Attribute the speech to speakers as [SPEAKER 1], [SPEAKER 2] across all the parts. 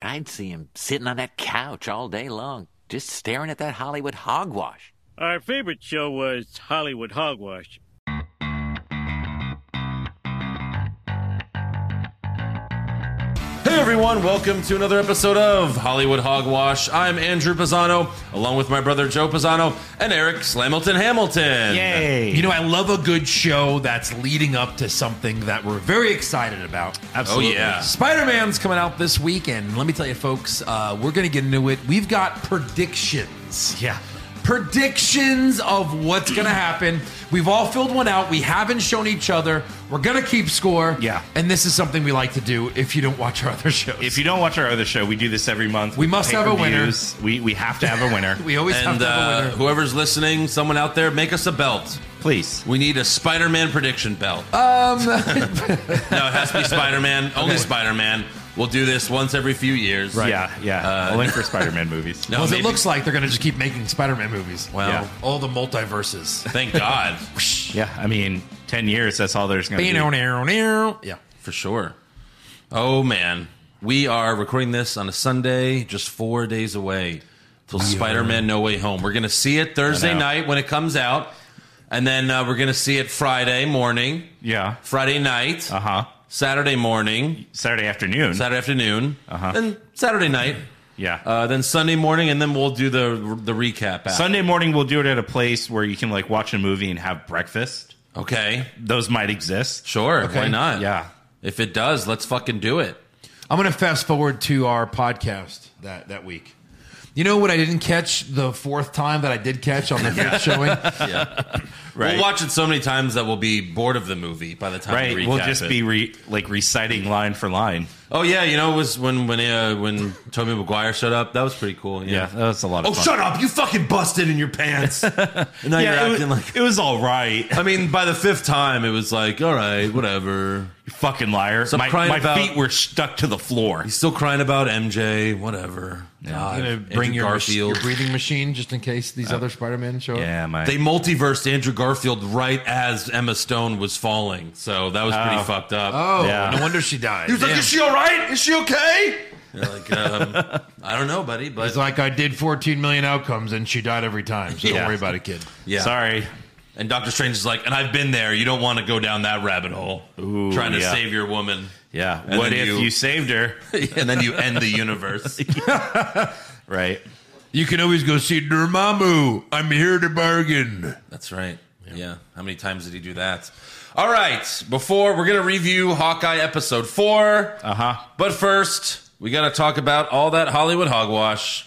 [SPEAKER 1] I'd see him sitting on that couch all day long, just staring at that Hollywood hogwash.
[SPEAKER 2] Our favorite show was Hollywood Hogwash.
[SPEAKER 3] Hey everyone, welcome to another episode of Hollywood Hogwash. I'm Andrew Pisano, along with my brother Joe Pisano and Eric Slamilton Hamilton.
[SPEAKER 4] You know, I love a good show that's leading up to something that we're very excited about.
[SPEAKER 3] Absolutely. Oh, yeah.
[SPEAKER 4] Spider Man's coming out this week, and let me tell you, folks, uh, we're going to get into it. We've got predictions.
[SPEAKER 5] Yeah.
[SPEAKER 4] Predictions of what's going to happen. We've all filled one out. We haven't shown each other. We're going to keep score.
[SPEAKER 5] Yeah.
[SPEAKER 4] And this is something we like to do if you don't watch our other shows.
[SPEAKER 5] If you don't watch our other show, we do this every month.
[SPEAKER 4] We must have a winner.
[SPEAKER 5] pay-per-views. We, we have to have a winner.
[SPEAKER 4] we always have
[SPEAKER 3] And
[SPEAKER 4] to have a
[SPEAKER 3] uh,
[SPEAKER 4] winner.
[SPEAKER 3] whoever's listening, someone out there, make us a belt.
[SPEAKER 5] Please.
[SPEAKER 3] We need a Spider Man prediction belt. Um. no, it has to be Spider Man, only Spider Man. We'll do this once every few years.
[SPEAKER 5] Yeah, yeah. Only for Spider Man movies.
[SPEAKER 3] Uh, No,
[SPEAKER 4] Because
[SPEAKER 3] maybe-
[SPEAKER 4] it looks like they're going to just keep making Spider Man movies.
[SPEAKER 3] Well,
[SPEAKER 5] Yeah.
[SPEAKER 4] All the multiverses.
[SPEAKER 3] thank God,
[SPEAKER 5] Yeah, I mean, 10 years, that's all there's going to be.
[SPEAKER 4] yeah.
[SPEAKER 3] for sure. Oh, man. We are recording this on a Sunday, just four days away till Spider Man No Way Home. We're going to see it Thursday
[SPEAKER 5] know.
[SPEAKER 3] night when it comes out, and then uh, we're going to see it Friday morning,
[SPEAKER 5] Yeah.
[SPEAKER 3] Friday night,
[SPEAKER 5] Uh huh.
[SPEAKER 3] Saturday morning,
[SPEAKER 5] Saturday afternoon.
[SPEAKER 3] Saturday afternoon,
[SPEAKER 5] Uh-huh.
[SPEAKER 3] then Saturday night,
[SPEAKER 5] yeah.
[SPEAKER 3] uh, then Sunday morning, and then we'll do the the recap. After.
[SPEAKER 5] Sunday morning, we'll do it at a place where you can like watch a movie and have breakfast.
[SPEAKER 3] Okay,
[SPEAKER 5] Those might exist.
[SPEAKER 3] sure.
[SPEAKER 4] Okay.
[SPEAKER 3] Why not?
[SPEAKER 5] Yeah.
[SPEAKER 3] If it does, let's fucking do it.
[SPEAKER 4] I'm going to fast forward to our podcast that, that week. You know what I didn't catch the fourth time that I did catch on the fifth showing?
[SPEAKER 5] Right.
[SPEAKER 3] We'll watch it so many times that we'll be bored of the movie by the time.
[SPEAKER 5] right.
[SPEAKER 3] We recap
[SPEAKER 5] We'll just
[SPEAKER 3] it.
[SPEAKER 5] be re- like reciting line for line.
[SPEAKER 3] Oh yeah, you know it was when when uh, when Toby Maguire showed up. That was pretty cool.
[SPEAKER 5] Yeah,
[SPEAKER 3] Yeah.
[SPEAKER 5] that was a lot of
[SPEAKER 3] Oh
[SPEAKER 5] fun.
[SPEAKER 3] shut up! You fucking busted in your pants. and now
[SPEAKER 5] Yeah,
[SPEAKER 3] you're
[SPEAKER 5] it,
[SPEAKER 3] acting
[SPEAKER 5] was,
[SPEAKER 3] like.
[SPEAKER 5] it was all right.
[SPEAKER 3] I mean, by the fifth time, it was like, all right, whatever.
[SPEAKER 5] You fucking liar.
[SPEAKER 3] So I'm
[SPEAKER 5] my
[SPEAKER 3] crying
[SPEAKER 5] my
[SPEAKER 3] about-
[SPEAKER 5] feet were stuck to the floor.
[SPEAKER 3] He's still crying about MJ. Whatever. God,
[SPEAKER 4] I'm going to
[SPEAKER 3] Andrew
[SPEAKER 4] bring your, mach-
[SPEAKER 3] Garfield.
[SPEAKER 4] your breathing machine just in case these other Spider Men show up.
[SPEAKER 5] Yeah, my.
[SPEAKER 3] They multiversed Andrew Garfield right as Emma Stone was falling, so that was pretty
[SPEAKER 5] Oh.
[SPEAKER 3] fucked up.
[SPEAKER 4] Oh,
[SPEAKER 5] Yeah.
[SPEAKER 4] no wonder she died.
[SPEAKER 3] He's like,
[SPEAKER 4] Damn.
[SPEAKER 3] "Is she all right? Is she okay?" You're like, um, I don't know, buddy, but
[SPEAKER 4] It's like I did 14 million outcomes and she died every time. So
[SPEAKER 5] Yeah.
[SPEAKER 4] don't worry about it, kid.
[SPEAKER 3] yeah.
[SPEAKER 5] Sorry.
[SPEAKER 3] And Doctor Strange is like, and I've been there. You don't want to go down that rabbit hole,
[SPEAKER 5] Ooh,
[SPEAKER 3] trying to
[SPEAKER 5] yeah.
[SPEAKER 3] save your woman.
[SPEAKER 5] Yeah.
[SPEAKER 3] And
[SPEAKER 5] what
[SPEAKER 3] then
[SPEAKER 5] if
[SPEAKER 3] you-
[SPEAKER 5] you... saved her?
[SPEAKER 3] and then you end the universe.
[SPEAKER 5] Right.
[SPEAKER 4] You can always go see Dormammu. I'm here to bargain.
[SPEAKER 3] That's right. Yeah. How many times did he do that? All right. Before we're gonna review Hawkeye episode four.
[SPEAKER 5] Uh huh.
[SPEAKER 3] But first, we got to talk about all that Hollywood hogwash.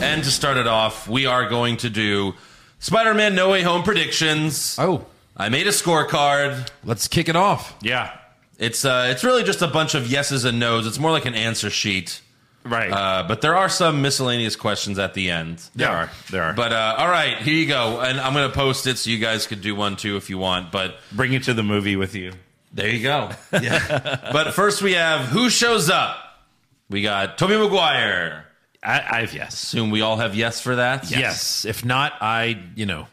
[SPEAKER 3] And to start it off, we are going to do Spider Man No Way Home predictions.
[SPEAKER 4] Oh,
[SPEAKER 3] I made a scorecard.
[SPEAKER 4] let's kick it off.
[SPEAKER 5] Yeah.
[SPEAKER 3] It's, uh, it's really just a bunch of yeses and nos, it's more like an answer sheet.
[SPEAKER 5] Right.
[SPEAKER 3] Uh, but there are some miscellaneous questions at the end.
[SPEAKER 5] there are. There are.
[SPEAKER 3] But uh, all right, here you go. And I'm going to post it so you guys could do one too if you want. But
[SPEAKER 5] bring it to the movie with you.
[SPEAKER 3] There you go. Yeah. but first we have who shows up? We got Toby Maguire.
[SPEAKER 5] I, I've yes.
[SPEAKER 3] Assume we all have yes for that.
[SPEAKER 5] Yes.
[SPEAKER 4] If not, I, you know,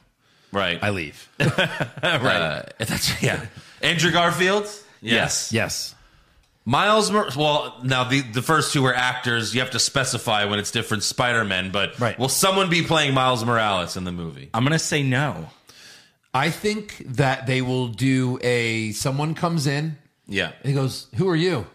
[SPEAKER 3] Right.
[SPEAKER 4] I leave.
[SPEAKER 3] right. that's yeah. Andrew Garfield.
[SPEAKER 5] Yes.
[SPEAKER 4] yes.
[SPEAKER 3] Miles. Mor- well, now the the first two are actors. You have to specify when it's different Spider Men. But
[SPEAKER 4] Right.
[SPEAKER 3] will someone be playing Miles Morales in the movie?
[SPEAKER 5] I'm gonna say no.
[SPEAKER 4] I think that they will do a someone comes in
[SPEAKER 3] Yeah.
[SPEAKER 4] and he goes, "Who are you?"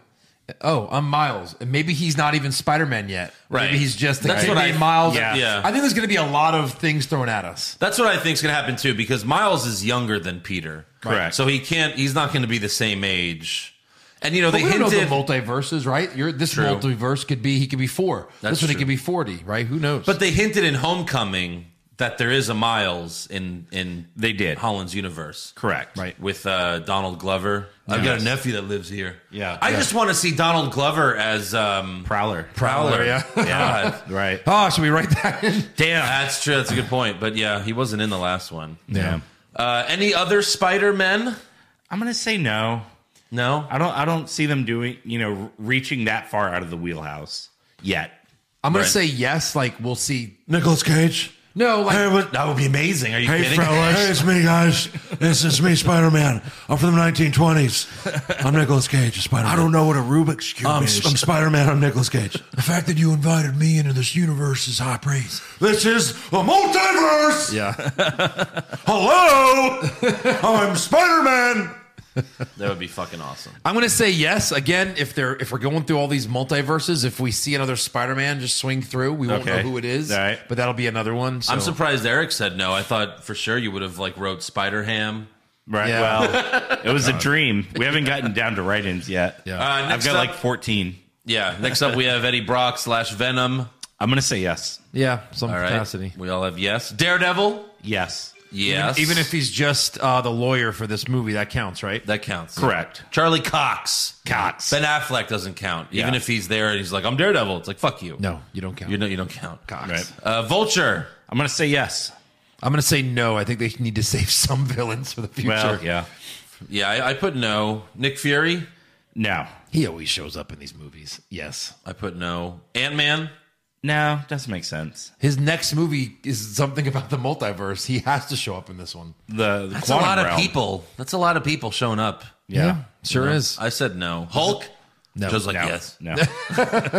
[SPEAKER 4] Oh, I'm Miles. And maybe he's not even Spider Man yet.
[SPEAKER 3] Right.
[SPEAKER 4] Maybe he's just the
[SPEAKER 3] That's
[SPEAKER 4] kid
[SPEAKER 3] what I-
[SPEAKER 4] named Miles.
[SPEAKER 5] yeah.
[SPEAKER 3] Yeah.
[SPEAKER 4] I think there's going to be a lot of things thrown at us.
[SPEAKER 3] That's what I think is going to happen too, because Miles is younger than Peter.
[SPEAKER 5] Correct.
[SPEAKER 3] So he can't. He's not going to be the same age. And you know
[SPEAKER 4] But
[SPEAKER 3] they
[SPEAKER 4] we don't know the
[SPEAKER 3] hinted.
[SPEAKER 4] multiverses, right? You're, this
[SPEAKER 3] True.
[SPEAKER 4] multiverse could be he could be four.
[SPEAKER 3] That's
[SPEAKER 4] this one
[SPEAKER 3] true.
[SPEAKER 4] he could be forty, right? Who knows?
[SPEAKER 3] But they hinted in Homecoming that there is a Miles in in
[SPEAKER 5] They did.
[SPEAKER 3] Holland's universe,
[SPEAKER 5] Correct.
[SPEAKER 4] Right.
[SPEAKER 3] With uh, Donald Glover. I've got a nephew that lives here.
[SPEAKER 5] Yeah.
[SPEAKER 3] I
[SPEAKER 5] Yeah.
[SPEAKER 3] just want to see Donald Glover as um,
[SPEAKER 5] Prowler.
[SPEAKER 3] Prowler.
[SPEAKER 4] Prowler, yeah.
[SPEAKER 3] God.
[SPEAKER 5] Right.
[SPEAKER 4] oh, should we write that in?
[SPEAKER 5] Damn.
[SPEAKER 3] that's true. That's a good point. But yeah, he wasn't in the last one.
[SPEAKER 5] Damn.
[SPEAKER 3] Uh, any other Spider Men?
[SPEAKER 5] I'm gonna say no.
[SPEAKER 3] No.
[SPEAKER 5] I don't. I don't see them doing. You know, reaching that far out of the wheelhouse yet.
[SPEAKER 4] I'm going
[SPEAKER 3] Right.
[SPEAKER 4] to say yes. Like we'll see
[SPEAKER 3] Nicholas Cage.
[SPEAKER 4] No, like
[SPEAKER 6] Hey, what-
[SPEAKER 3] That would be amazing. Are you
[SPEAKER 6] Hey,
[SPEAKER 3] kidding?
[SPEAKER 6] fellas. Hey, it's me, guys. This is me, Spider Man. I'm from the 1920s. I'm Nicolas Cage, Spider Man.
[SPEAKER 7] I don't know what a Rubik's cube
[SPEAKER 6] I'm, I'm
[SPEAKER 7] is.
[SPEAKER 6] Spider Man. I'm Nicolas Cage.
[SPEAKER 7] the fact that you invited me into this universe is high praise.
[SPEAKER 6] This is a multiverse. Yeah. Hello. I'm Spider Man.
[SPEAKER 3] That would be fucking awesome.
[SPEAKER 4] I'm gonna say yes again. If they're if we're going through all these multiverses, if we see another Spider-Man just swing through, we won't
[SPEAKER 5] Okay.
[SPEAKER 4] know who it is.
[SPEAKER 5] All right.
[SPEAKER 4] But that'll be another one. So.
[SPEAKER 3] I'm surprised Eric said no. I thought for sure you would have like wrote Spider Ham.
[SPEAKER 5] Right.
[SPEAKER 4] Yeah.
[SPEAKER 5] Well, it was a dream. We haven't gotten down to write-ins yet.
[SPEAKER 4] Yeah.
[SPEAKER 3] Uh,
[SPEAKER 5] I've
[SPEAKER 3] next
[SPEAKER 5] got
[SPEAKER 3] up-
[SPEAKER 5] like 14.
[SPEAKER 3] Yeah. Next up, we have Eddie Brock slash Venom.
[SPEAKER 5] I'm gonna say yes.
[SPEAKER 4] Yeah, some
[SPEAKER 3] All right.
[SPEAKER 4] capacity.
[SPEAKER 3] We all have yes. Daredevil.
[SPEAKER 5] Yes.
[SPEAKER 3] Yes.
[SPEAKER 4] Even if he's just uh, the lawyer for this movie, that counts, right?
[SPEAKER 3] that counts.
[SPEAKER 5] Correct.
[SPEAKER 3] Charlie Cox.
[SPEAKER 5] Cox.
[SPEAKER 3] Ben Affleck doesn't count. Even
[SPEAKER 5] Yeah.
[SPEAKER 3] if he's there and he's like, I'm Daredevil. It's like, fuck you.
[SPEAKER 4] No, you don't count.
[SPEAKER 3] You know, you don't count. Cox.
[SPEAKER 5] Right.
[SPEAKER 3] Uh, Vulture.
[SPEAKER 5] I'm gonna say yes.
[SPEAKER 4] I'm gonna say no. I think they need to save some villains for the future.
[SPEAKER 5] Well, yeah.
[SPEAKER 3] Yeah, I, I put no. Nick Fury.
[SPEAKER 5] No.
[SPEAKER 4] He always shows up in these movies. Yes.
[SPEAKER 3] I put no. Ant Man.
[SPEAKER 5] No, doesn't make sense.
[SPEAKER 4] His next movie is something about the multiverse. He has to show up in this one.
[SPEAKER 5] The, the
[SPEAKER 3] That's
[SPEAKER 5] quantum
[SPEAKER 3] a lot
[SPEAKER 5] realm.
[SPEAKER 3] of people. That's a lot of people showing up.
[SPEAKER 5] Yeah.
[SPEAKER 4] sure is.
[SPEAKER 3] I said no. Hulk.
[SPEAKER 4] No.
[SPEAKER 3] Joe's like
[SPEAKER 5] No.
[SPEAKER 3] yes.
[SPEAKER 5] No.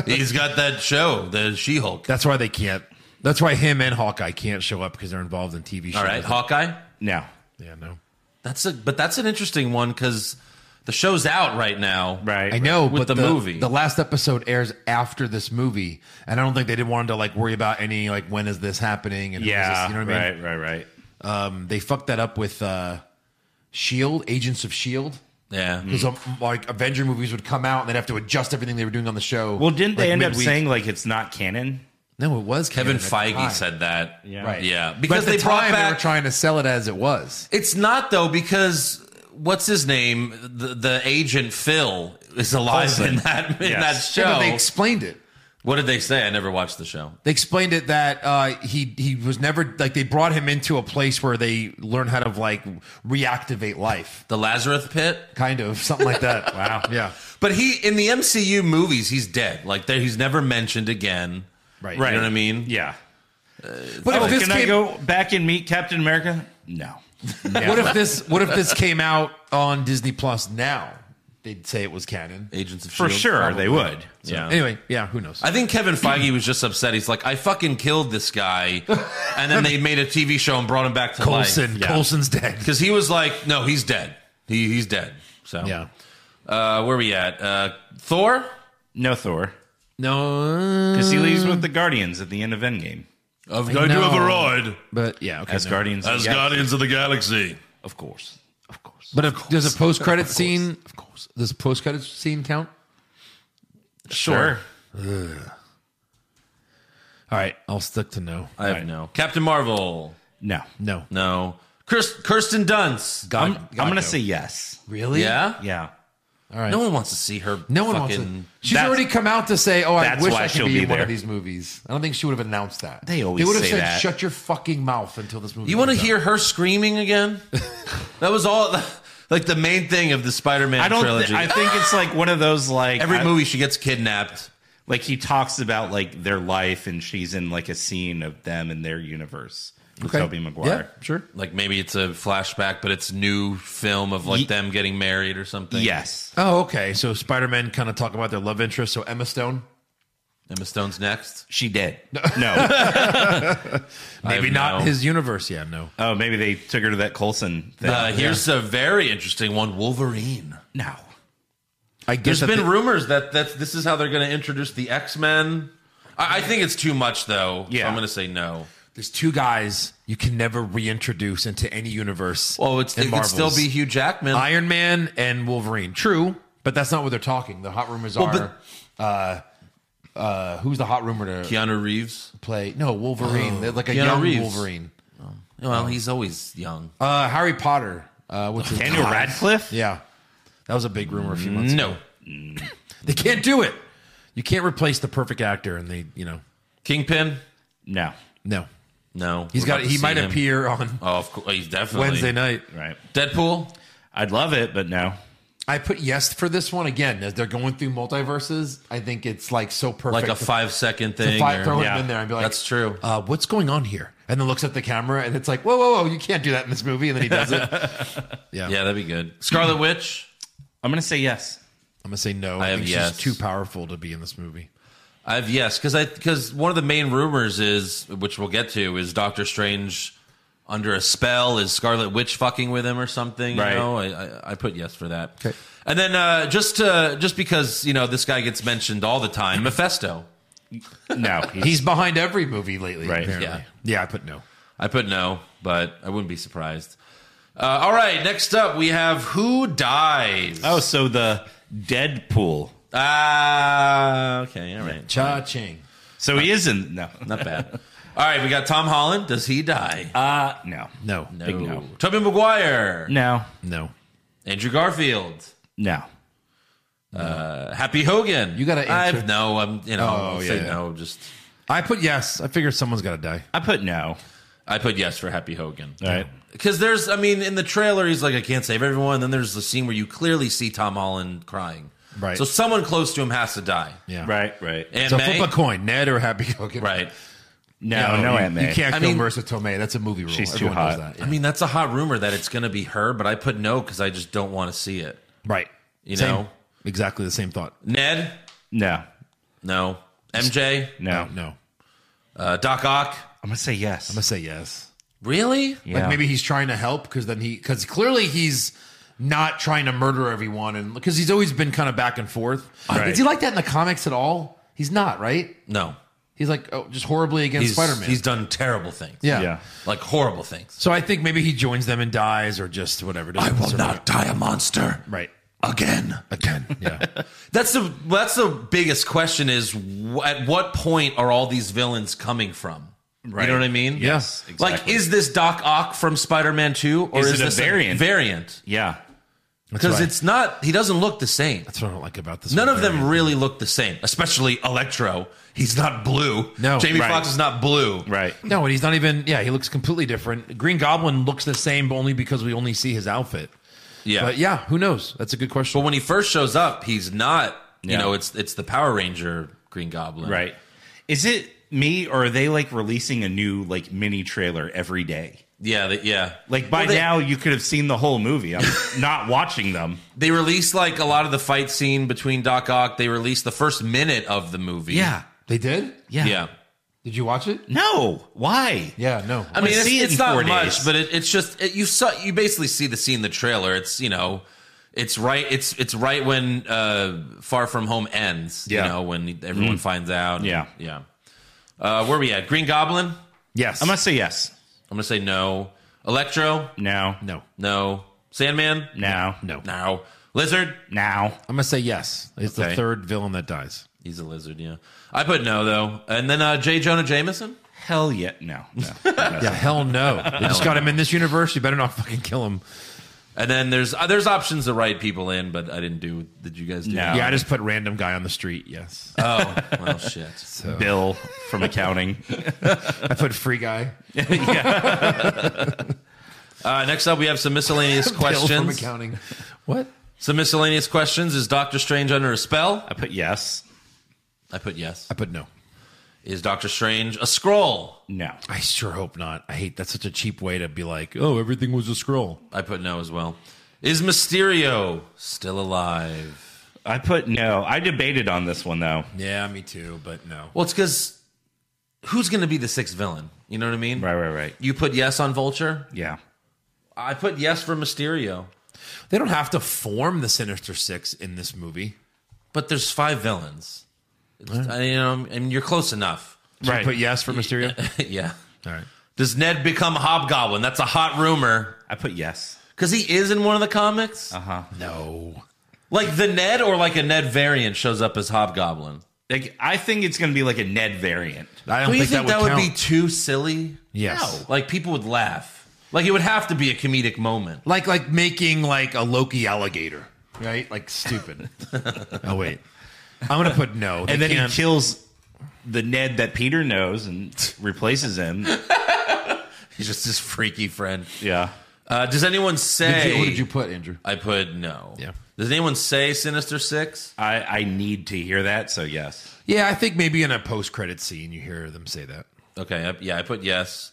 [SPEAKER 3] He's got that show, the She Hulk.
[SPEAKER 4] That's why they can't. That's why him and Hawkeye can't show up because they're involved in TV shows.
[SPEAKER 3] All right, Hawkeye.
[SPEAKER 5] no.
[SPEAKER 4] Yeah, no.
[SPEAKER 3] That's a but that's an interesting one because the show's out right now.
[SPEAKER 5] Right.
[SPEAKER 4] I know,
[SPEAKER 3] With
[SPEAKER 4] but
[SPEAKER 3] the
[SPEAKER 4] the,
[SPEAKER 3] movie.
[SPEAKER 4] the last episode airs after this movie, and I don't think they didn't want him to like worry about any like when is this happening and who is
[SPEAKER 5] Yeah.
[SPEAKER 4] this, you know what I mean.
[SPEAKER 5] right. Right. Right.
[SPEAKER 4] Um, they fucked that up with uh, Shield, E Agents of Shield,
[SPEAKER 3] Yeah.
[SPEAKER 5] Hmm.
[SPEAKER 4] because um, like Avenger movies would come out and they'd have to adjust everything they were doing on the show.
[SPEAKER 5] Well, didn't they
[SPEAKER 4] like,
[SPEAKER 5] end
[SPEAKER 4] midweek.
[SPEAKER 5] up saying like it's not canon?
[SPEAKER 4] no? It was
[SPEAKER 3] Kevin
[SPEAKER 4] canon at the
[SPEAKER 3] Feige
[SPEAKER 4] time.
[SPEAKER 3] said that.
[SPEAKER 5] Yeah.
[SPEAKER 4] right,
[SPEAKER 3] Yeah, because
[SPEAKER 4] because they,
[SPEAKER 3] they brought
[SPEAKER 4] time, they
[SPEAKER 3] back-
[SPEAKER 4] were trying to sell it as it was.
[SPEAKER 3] It's not though because what's his name? The, the agent Phil is alive in that in that
[SPEAKER 5] Yes.
[SPEAKER 3] show.
[SPEAKER 4] Yeah, but they explained it.
[SPEAKER 3] what did they say? I never watched the show.
[SPEAKER 4] They explained it that uh, he he was never like they brought him into a place where they learn how to like reactivate life,
[SPEAKER 3] The Lazarus Pit.
[SPEAKER 4] kind of something like that. wow. Yeah.
[SPEAKER 3] But he in the MCU movies, he's dead. Like there, he's never mentioned again.
[SPEAKER 4] Right.
[SPEAKER 3] You know what I mean?
[SPEAKER 5] Yeah.
[SPEAKER 4] What if
[SPEAKER 5] Oh,
[SPEAKER 4] this
[SPEAKER 5] can I
[SPEAKER 4] came?
[SPEAKER 5] go back and meet Captain America? No.
[SPEAKER 4] What if this? What if this came out on Disney Plus now? They'd say it was canon.
[SPEAKER 3] Agents of
[SPEAKER 5] For
[SPEAKER 3] Shield,
[SPEAKER 5] sure,
[SPEAKER 3] E probably.
[SPEAKER 5] they would.
[SPEAKER 3] Yeah.
[SPEAKER 4] Anyway, yeah. Who knows?
[SPEAKER 3] I think Kevin Feige was just upset. He's like, I fucking killed this guy, and then they made a TV show and brought him back to
[SPEAKER 4] Colson.
[SPEAKER 3] life
[SPEAKER 4] Colson's dead.
[SPEAKER 3] because he was like, no, he's dead. He he's dead. So
[SPEAKER 4] Yeah.
[SPEAKER 3] uh, where we at? Uh, Thor.
[SPEAKER 5] No Thor.
[SPEAKER 4] No.
[SPEAKER 5] Because he leaves with the Guardians at the end of Endgame.
[SPEAKER 3] Of
[SPEAKER 4] I do have a know.
[SPEAKER 3] ride
[SPEAKER 4] But yeah. Okay.
[SPEAKER 5] As Guardians.
[SPEAKER 3] as
[SPEAKER 5] Yeah.
[SPEAKER 3] Guardians of the Galaxy.
[SPEAKER 5] Of course. Of course.
[SPEAKER 4] But if there's a post credit scene, of course. Does post credit scene count?
[SPEAKER 5] Sure.
[SPEAKER 4] All right. I'll stick to no.
[SPEAKER 3] I have no Captain Marvel.
[SPEAKER 5] No.
[SPEAKER 4] No.
[SPEAKER 3] No. Chris, Kirsten Dunst.
[SPEAKER 4] God.
[SPEAKER 5] I'm,
[SPEAKER 4] God,
[SPEAKER 5] I'm going
[SPEAKER 4] no.
[SPEAKER 5] to say yes.
[SPEAKER 4] really.
[SPEAKER 3] Yeah?
[SPEAKER 5] Yeah.
[SPEAKER 4] All right.
[SPEAKER 3] No one wants to see her.
[SPEAKER 4] No one
[SPEAKER 3] fucking,
[SPEAKER 4] wants to. She's
[SPEAKER 5] That's-
[SPEAKER 4] already come out to say, "Oh, I
[SPEAKER 5] that's
[SPEAKER 4] wish
[SPEAKER 5] why
[SPEAKER 4] I could
[SPEAKER 5] she'll
[SPEAKER 4] be,
[SPEAKER 5] be
[SPEAKER 4] in one of
[SPEAKER 5] there.
[SPEAKER 4] these movies." I don't think she would have announced that.
[SPEAKER 5] They always
[SPEAKER 4] they would have
[SPEAKER 5] say
[SPEAKER 4] said,
[SPEAKER 5] that.
[SPEAKER 4] "Shut your fucking mouth" until this movie.
[SPEAKER 3] You want to
[SPEAKER 4] comes out."
[SPEAKER 3] hear her screaming again? that was all. Like the main thing of the Spider-Man
[SPEAKER 5] I don't.
[SPEAKER 3] trilogy.
[SPEAKER 5] Th- I think it's like one of those like
[SPEAKER 3] Every
[SPEAKER 5] I-
[SPEAKER 3] movie she gets kidnapped.
[SPEAKER 5] Like he talks about like their life, and she's in like a scene of them in their universe with Tobey Maguire.
[SPEAKER 4] Yeah, sure.
[SPEAKER 3] Like maybe it's a flashback, but it's new film of like them getting married or something.
[SPEAKER 5] Yes.
[SPEAKER 4] Oh, okay. So Spider Man kind of talk about their love interest. So Emma Stone,
[SPEAKER 3] Emma Stone's next.
[SPEAKER 5] She did. No.
[SPEAKER 4] maybe
[SPEAKER 3] have
[SPEAKER 4] not
[SPEAKER 3] no-
[SPEAKER 4] his universe. Yeah, no.
[SPEAKER 5] oh, maybe they took her to that Colson thing.
[SPEAKER 3] Uh, here's a very interesting one: Wolverine.
[SPEAKER 5] no.
[SPEAKER 4] I guess
[SPEAKER 3] There's
[SPEAKER 4] that
[SPEAKER 3] been
[SPEAKER 4] they-
[SPEAKER 3] rumors that that's this is how they're going to introduce the X Men. I, I think it's too much though. so
[SPEAKER 5] Yeah.
[SPEAKER 3] I'm going to say no.
[SPEAKER 4] there's two guys you can never reintroduce into any universe.
[SPEAKER 3] Oh, it's
[SPEAKER 4] in
[SPEAKER 3] it could still
[SPEAKER 4] Marvel's.
[SPEAKER 3] be Hugh Jackman.
[SPEAKER 4] Iron Man and Wolverine. True, but that's not what they're talking. The hot rumors
[SPEAKER 3] Well,
[SPEAKER 4] are. uh, uh, who's the hot rumor to
[SPEAKER 3] Keanu Reeves.
[SPEAKER 4] play? No, Wolverine. They're like a
[SPEAKER 3] Keanu
[SPEAKER 4] young
[SPEAKER 3] Reeves.
[SPEAKER 4] Wolverine.
[SPEAKER 3] Well, he's always young.
[SPEAKER 4] Uh, Harry Potter. Uh, what's his
[SPEAKER 5] Daniel
[SPEAKER 4] God.
[SPEAKER 5] Radcliffe.
[SPEAKER 4] Yeah, that was a big rumor a few months. ago.
[SPEAKER 3] No,
[SPEAKER 4] They can't do it. You can't replace the perfect actor, and they, you know,
[SPEAKER 3] Kingpin.
[SPEAKER 5] No.
[SPEAKER 4] no.
[SPEAKER 3] No,
[SPEAKER 4] He's
[SPEAKER 3] We're
[SPEAKER 4] got.
[SPEAKER 3] about to
[SPEAKER 4] He
[SPEAKER 3] see
[SPEAKER 4] might
[SPEAKER 3] him.
[SPEAKER 4] appear on
[SPEAKER 3] Oh, of course, he's definitely
[SPEAKER 4] Wednesday night.
[SPEAKER 5] Right.
[SPEAKER 3] Deadpool.
[SPEAKER 5] I'd love it, but no.
[SPEAKER 4] I put yes for this one again. As they're going through multiverses, I think it's like so perfect.
[SPEAKER 3] Like a
[SPEAKER 4] to-
[SPEAKER 3] five second
[SPEAKER 4] to
[SPEAKER 3] thing.
[SPEAKER 4] fi-
[SPEAKER 3] or-
[SPEAKER 4] throw
[SPEAKER 5] yeah.
[SPEAKER 4] him in there and be like,
[SPEAKER 3] That's true.
[SPEAKER 4] Uh, what's going on here?" And then looks at the camera, and it's like, "Whoa, whoa, whoa! You can't do that in this movie." And then he does it. I'm
[SPEAKER 3] yeah, that'd be good. Scarlet Witch.
[SPEAKER 5] I'm gonna say yes.
[SPEAKER 4] gonna say no.
[SPEAKER 3] I have
[SPEAKER 4] think
[SPEAKER 3] yes.
[SPEAKER 4] she's too powerful to be in this movie.
[SPEAKER 3] I've yes, because I because one of the main rumors is, which we'll get to, is Doctor Strange under a spell? Is Scarlet Witch fucking with him or something?
[SPEAKER 5] Right.
[SPEAKER 3] You know, I, I, I put yes for that.
[SPEAKER 4] Okay.
[SPEAKER 3] And then uh, just to, just because you know this guy gets mentioned all the time, Mephisto.
[SPEAKER 5] No,
[SPEAKER 4] He's behind every movie lately.
[SPEAKER 5] Right,
[SPEAKER 4] Apparently.
[SPEAKER 3] yeah.
[SPEAKER 4] Yeah, I put no.
[SPEAKER 3] I put no, but I wouldn't be surprised. Uh, all right, next up we have who dies.
[SPEAKER 5] oh, so the Deadpool.
[SPEAKER 3] Ah, okay, all right,
[SPEAKER 4] Cha ching.
[SPEAKER 5] So he is in no,
[SPEAKER 3] not bad. all right, we got Tom Holland. Does he die?
[SPEAKER 5] no,
[SPEAKER 4] Uh, No.
[SPEAKER 3] no.
[SPEAKER 5] big no.
[SPEAKER 3] Tobey Maguire.
[SPEAKER 5] no,
[SPEAKER 4] No.
[SPEAKER 3] Andrew Garfield. uh,
[SPEAKER 5] no.
[SPEAKER 3] Happy Hogan.
[SPEAKER 4] You gotta answer.
[SPEAKER 3] I've no. I'm. You know.
[SPEAKER 4] Oh,
[SPEAKER 3] I'll say
[SPEAKER 4] yeah.
[SPEAKER 3] no. Just.
[SPEAKER 4] I put yes. I figure someone's got to die.
[SPEAKER 5] I put no.
[SPEAKER 3] I put yes for Happy Hogan.
[SPEAKER 5] All right.
[SPEAKER 3] Because there's, I mean, in the trailer, he's like, I can't save everyone. Then there's the scene where you clearly see Tom Holland crying.
[SPEAKER 4] Right.
[SPEAKER 3] So someone close to him has to die.
[SPEAKER 4] Yeah.
[SPEAKER 5] Right, right.
[SPEAKER 3] Aunt
[SPEAKER 4] So
[SPEAKER 3] May.
[SPEAKER 4] flip a coin, Ned or Happy Hogan.
[SPEAKER 3] right.
[SPEAKER 5] No, no,
[SPEAKER 4] you,
[SPEAKER 5] Aunt May.
[SPEAKER 4] You can't
[SPEAKER 3] I
[SPEAKER 4] kill
[SPEAKER 3] mean-
[SPEAKER 4] Marissa Tomei. That's a movie rule.
[SPEAKER 5] She's too
[SPEAKER 4] Everyone knows
[SPEAKER 5] hot.
[SPEAKER 4] that.
[SPEAKER 3] I mean, that's a hot rumor that it's going to be her, but I put no because I just don't want to see it.
[SPEAKER 4] Right.
[SPEAKER 3] You
[SPEAKER 4] Same.
[SPEAKER 3] know?
[SPEAKER 4] Exactly the same thought.
[SPEAKER 3] Ned.
[SPEAKER 5] No,
[SPEAKER 3] No. MJ.
[SPEAKER 5] no.
[SPEAKER 4] No. I'm
[SPEAKER 3] Uh, Doc Ock.
[SPEAKER 5] I'm gonna say yes.
[SPEAKER 4] gonna say yes.
[SPEAKER 3] Really?
[SPEAKER 5] yeah.
[SPEAKER 4] Like maybe he's trying to help because then he because clearly he's not trying to murder everyone and because he's always been kind of back and forth.
[SPEAKER 5] Right.
[SPEAKER 4] Is he like that in the comics at all? He's not, right?
[SPEAKER 3] No.
[SPEAKER 4] He's like oh, just horribly against
[SPEAKER 3] He's
[SPEAKER 4] Spider Man.
[SPEAKER 3] He's done terrible things.
[SPEAKER 4] yeah.
[SPEAKER 5] Yeah.
[SPEAKER 3] Like horrible things.
[SPEAKER 4] So I think maybe he joins them and dies or just whatever.
[SPEAKER 1] I will not die a monster
[SPEAKER 4] Right.
[SPEAKER 1] again.
[SPEAKER 4] Again. Yeah.
[SPEAKER 3] That's the that's the biggest question is wh- at what point are all these villains coming from? You know what I mean?
[SPEAKER 4] Yes,
[SPEAKER 3] Like, is this Doc Ock from Spider Man Two, or
[SPEAKER 5] Is
[SPEAKER 3] is,
[SPEAKER 5] it a
[SPEAKER 3] this
[SPEAKER 5] variant?
[SPEAKER 3] variant?
[SPEAKER 5] Yeah.
[SPEAKER 3] Because
[SPEAKER 4] right.
[SPEAKER 3] it's not. He doesn't look the same.
[SPEAKER 4] That's what I don't like about this.
[SPEAKER 3] None
[SPEAKER 4] one,
[SPEAKER 3] of them
[SPEAKER 4] Barry.
[SPEAKER 3] really look the same, especially Electro. He's not blue.
[SPEAKER 4] No.
[SPEAKER 3] Jamie
[SPEAKER 5] Right.
[SPEAKER 3] Foxx is not blue.
[SPEAKER 5] Right.
[SPEAKER 4] No, and he's not even. Yeah, he looks completely different. Green Goblin looks the same, but only because we only see his outfit.
[SPEAKER 3] Yeah.
[SPEAKER 4] But
[SPEAKER 3] But,
[SPEAKER 4] yeah, who knows? That's a good question.
[SPEAKER 3] when he first shows up, he's not. You
[SPEAKER 5] Yeah.
[SPEAKER 3] know, it's it's the Power Ranger Green Goblin.
[SPEAKER 5] Right. Uh, Is it me or are they like releasing a new like mini trailer every day?
[SPEAKER 3] Yeah. They, yeah.
[SPEAKER 5] Like by
[SPEAKER 3] Well, they-
[SPEAKER 5] now you could have seen the whole movie. I'm not watching them.
[SPEAKER 3] they released like a lot of the fight scene between Doc Ock. They released the first minute of the movie.
[SPEAKER 4] they did.
[SPEAKER 5] Yeah.
[SPEAKER 3] yeah.
[SPEAKER 4] Did you watch it?
[SPEAKER 5] No. Why?
[SPEAKER 4] Yeah, no.
[SPEAKER 3] I mean,
[SPEAKER 5] Let's
[SPEAKER 3] it's,
[SPEAKER 5] see it
[SPEAKER 3] it's
[SPEAKER 5] in
[SPEAKER 3] not
[SPEAKER 5] four
[SPEAKER 3] much,
[SPEAKER 5] days.
[SPEAKER 3] but it, it's just it, you saw you basically see the scene in the trailer. It's you know, it's right. It's it's right when uh, Far From Home ends.
[SPEAKER 5] Yeah. Mm.
[SPEAKER 3] You know when everyone finds out.
[SPEAKER 5] Yeah.
[SPEAKER 3] yeah. Uh, where we at? Green Goblin. I'm
[SPEAKER 4] yes.
[SPEAKER 5] I'm gonna say yes.
[SPEAKER 3] gonna say no. Electro.
[SPEAKER 5] No.
[SPEAKER 4] no.
[SPEAKER 3] No. Sandman.
[SPEAKER 5] Now.
[SPEAKER 4] No.
[SPEAKER 3] No. Lizard.
[SPEAKER 5] Now.
[SPEAKER 4] I'm gonna say yes. It's
[SPEAKER 3] Okay.
[SPEAKER 4] the third villain that dies.
[SPEAKER 3] He's a lizard. Yeah. I put no though. And then uh, J. Jonah Jameson.
[SPEAKER 5] Hell yeah. No. No.
[SPEAKER 4] Yeah, hell no. They just got him in this universe. You better not fucking kill him.
[SPEAKER 3] And then there's uh, there's options to write people in, but I didn't do. Did you guys do?
[SPEAKER 5] No.
[SPEAKER 4] Yeah, I just put random guy on the street. Yes,
[SPEAKER 3] Oh well, shit.
[SPEAKER 5] Bill from accounting.
[SPEAKER 4] I put free guy.
[SPEAKER 3] Uh, next up, we have some miscellaneous
[SPEAKER 4] Bill from
[SPEAKER 3] questions.
[SPEAKER 4] accounting. What?
[SPEAKER 3] Some miscellaneous questions. Is Doctor Strange under a spell?
[SPEAKER 5] I put yes.
[SPEAKER 3] I put yes.
[SPEAKER 4] I put no.
[SPEAKER 3] Is Doctor Strange a scroll?
[SPEAKER 5] No.
[SPEAKER 4] I sure hope not. I hate that's such a cheap way to be like, oh, everything was a scroll.
[SPEAKER 3] I put no as well. Is Mysterio still alive?
[SPEAKER 5] I put no. I debated on this one though.
[SPEAKER 4] Yeah, me too. But no.
[SPEAKER 3] Well, it's because who's going to be the sixth villain? You know what I mean?
[SPEAKER 5] Right, right, right.
[SPEAKER 3] You put yes on Vulture.
[SPEAKER 5] Yeah.
[SPEAKER 3] I put yes for Mysterio.
[SPEAKER 4] They don't have to form the Sinister Six in this movie.
[SPEAKER 3] But there's five villains. I, you know, and you're close enough.
[SPEAKER 4] So you
[SPEAKER 5] Right.
[SPEAKER 4] Put yes for Mysterio.
[SPEAKER 3] yeah.
[SPEAKER 4] All right.
[SPEAKER 3] Does Ned become Hobgoblin? That's a hot rumor
[SPEAKER 5] I put yes.
[SPEAKER 3] because he is in one of the comics.
[SPEAKER 4] No.
[SPEAKER 3] Like the Ned or like a Ned variant shows up as Hobgoblin.
[SPEAKER 5] Like I think it's gonna be like a Ned variant.
[SPEAKER 4] I
[SPEAKER 3] Do
[SPEAKER 4] don't
[SPEAKER 3] you
[SPEAKER 4] think,
[SPEAKER 3] think that
[SPEAKER 4] would,
[SPEAKER 3] would,
[SPEAKER 4] count.
[SPEAKER 3] be too silly?
[SPEAKER 4] Yes.
[SPEAKER 3] Like people would laugh. Like it would have to be a comedic moment.
[SPEAKER 4] like like making like a Loki alligator, right? Like stupid. oh wait, I'm gonna put no. They
[SPEAKER 5] and then
[SPEAKER 4] can't-
[SPEAKER 5] he kills the Ned that Peter knows and replaces him.
[SPEAKER 3] He's just his freaky friend.
[SPEAKER 5] yeah.
[SPEAKER 3] Uh, does anyone
[SPEAKER 4] Did
[SPEAKER 3] say?
[SPEAKER 4] you- what did you put, Andrew?
[SPEAKER 3] I put no.
[SPEAKER 4] Yeah.
[SPEAKER 3] Does anyone say Sinister Six?
[SPEAKER 5] I, I need to hear that, so yes.
[SPEAKER 4] Yeah, I think maybe in a post-credit scene you hear them say that.
[SPEAKER 3] Okay, I, yeah, I put yes.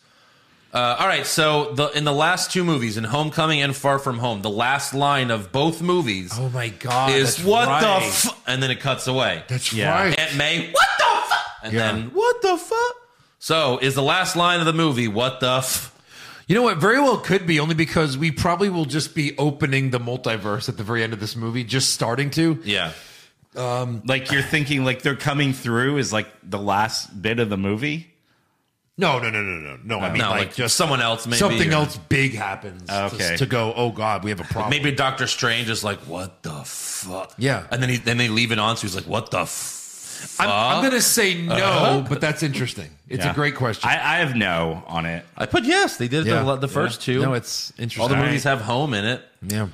[SPEAKER 3] Uh, all right, so the in the last two movies, in Homecoming and Far From Home, the last line of both movies
[SPEAKER 4] Oh my god!
[SPEAKER 3] is
[SPEAKER 4] that's
[SPEAKER 3] "What
[SPEAKER 4] right.
[SPEAKER 3] the?" F-? And then it cuts away.
[SPEAKER 7] That's
[SPEAKER 5] Yeah.
[SPEAKER 7] right.
[SPEAKER 3] Aunt May, "What the?" F-? And
[SPEAKER 7] Yeah.
[SPEAKER 3] then "What the fuck?" So is the last line of the movie "What the?" F-?
[SPEAKER 4] You know what? Very well could be only because we probably will just be opening the multiverse at the very end of this movie, just starting to.
[SPEAKER 3] Yeah.
[SPEAKER 5] Like you're thinking like they're coming through is like the last bit of the movie.
[SPEAKER 4] No, no, no, no, no, no. I mean,
[SPEAKER 3] No,
[SPEAKER 4] like,
[SPEAKER 3] like
[SPEAKER 4] just
[SPEAKER 3] someone else maybe,
[SPEAKER 4] something
[SPEAKER 3] or-
[SPEAKER 4] else big happens.
[SPEAKER 5] Okay.
[SPEAKER 4] To, to go. Oh God, we have a problem.
[SPEAKER 3] Maybe Doctor Strange is like, "What the fuck?"
[SPEAKER 4] Yeah.
[SPEAKER 3] and then he, then they leave it on. So he's like, "What the?" F-?
[SPEAKER 4] I'm, I'm
[SPEAKER 3] fuck?" Uh-huh.
[SPEAKER 4] gonna say no, but that's interesting. It's
[SPEAKER 5] Yeah.
[SPEAKER 4] a great question.
[SPEAKER 5] I, I have no on it.
[SPEAKER 3] I put yes. They did it
[SPEAKER 4] Yeah.
[SPEAKER 3] the, the first two.
[SPEAKER 4] no, it's interesting.
[SPEAKER 3] all the movies have home in it.
[SPEAKER 4] Yeah.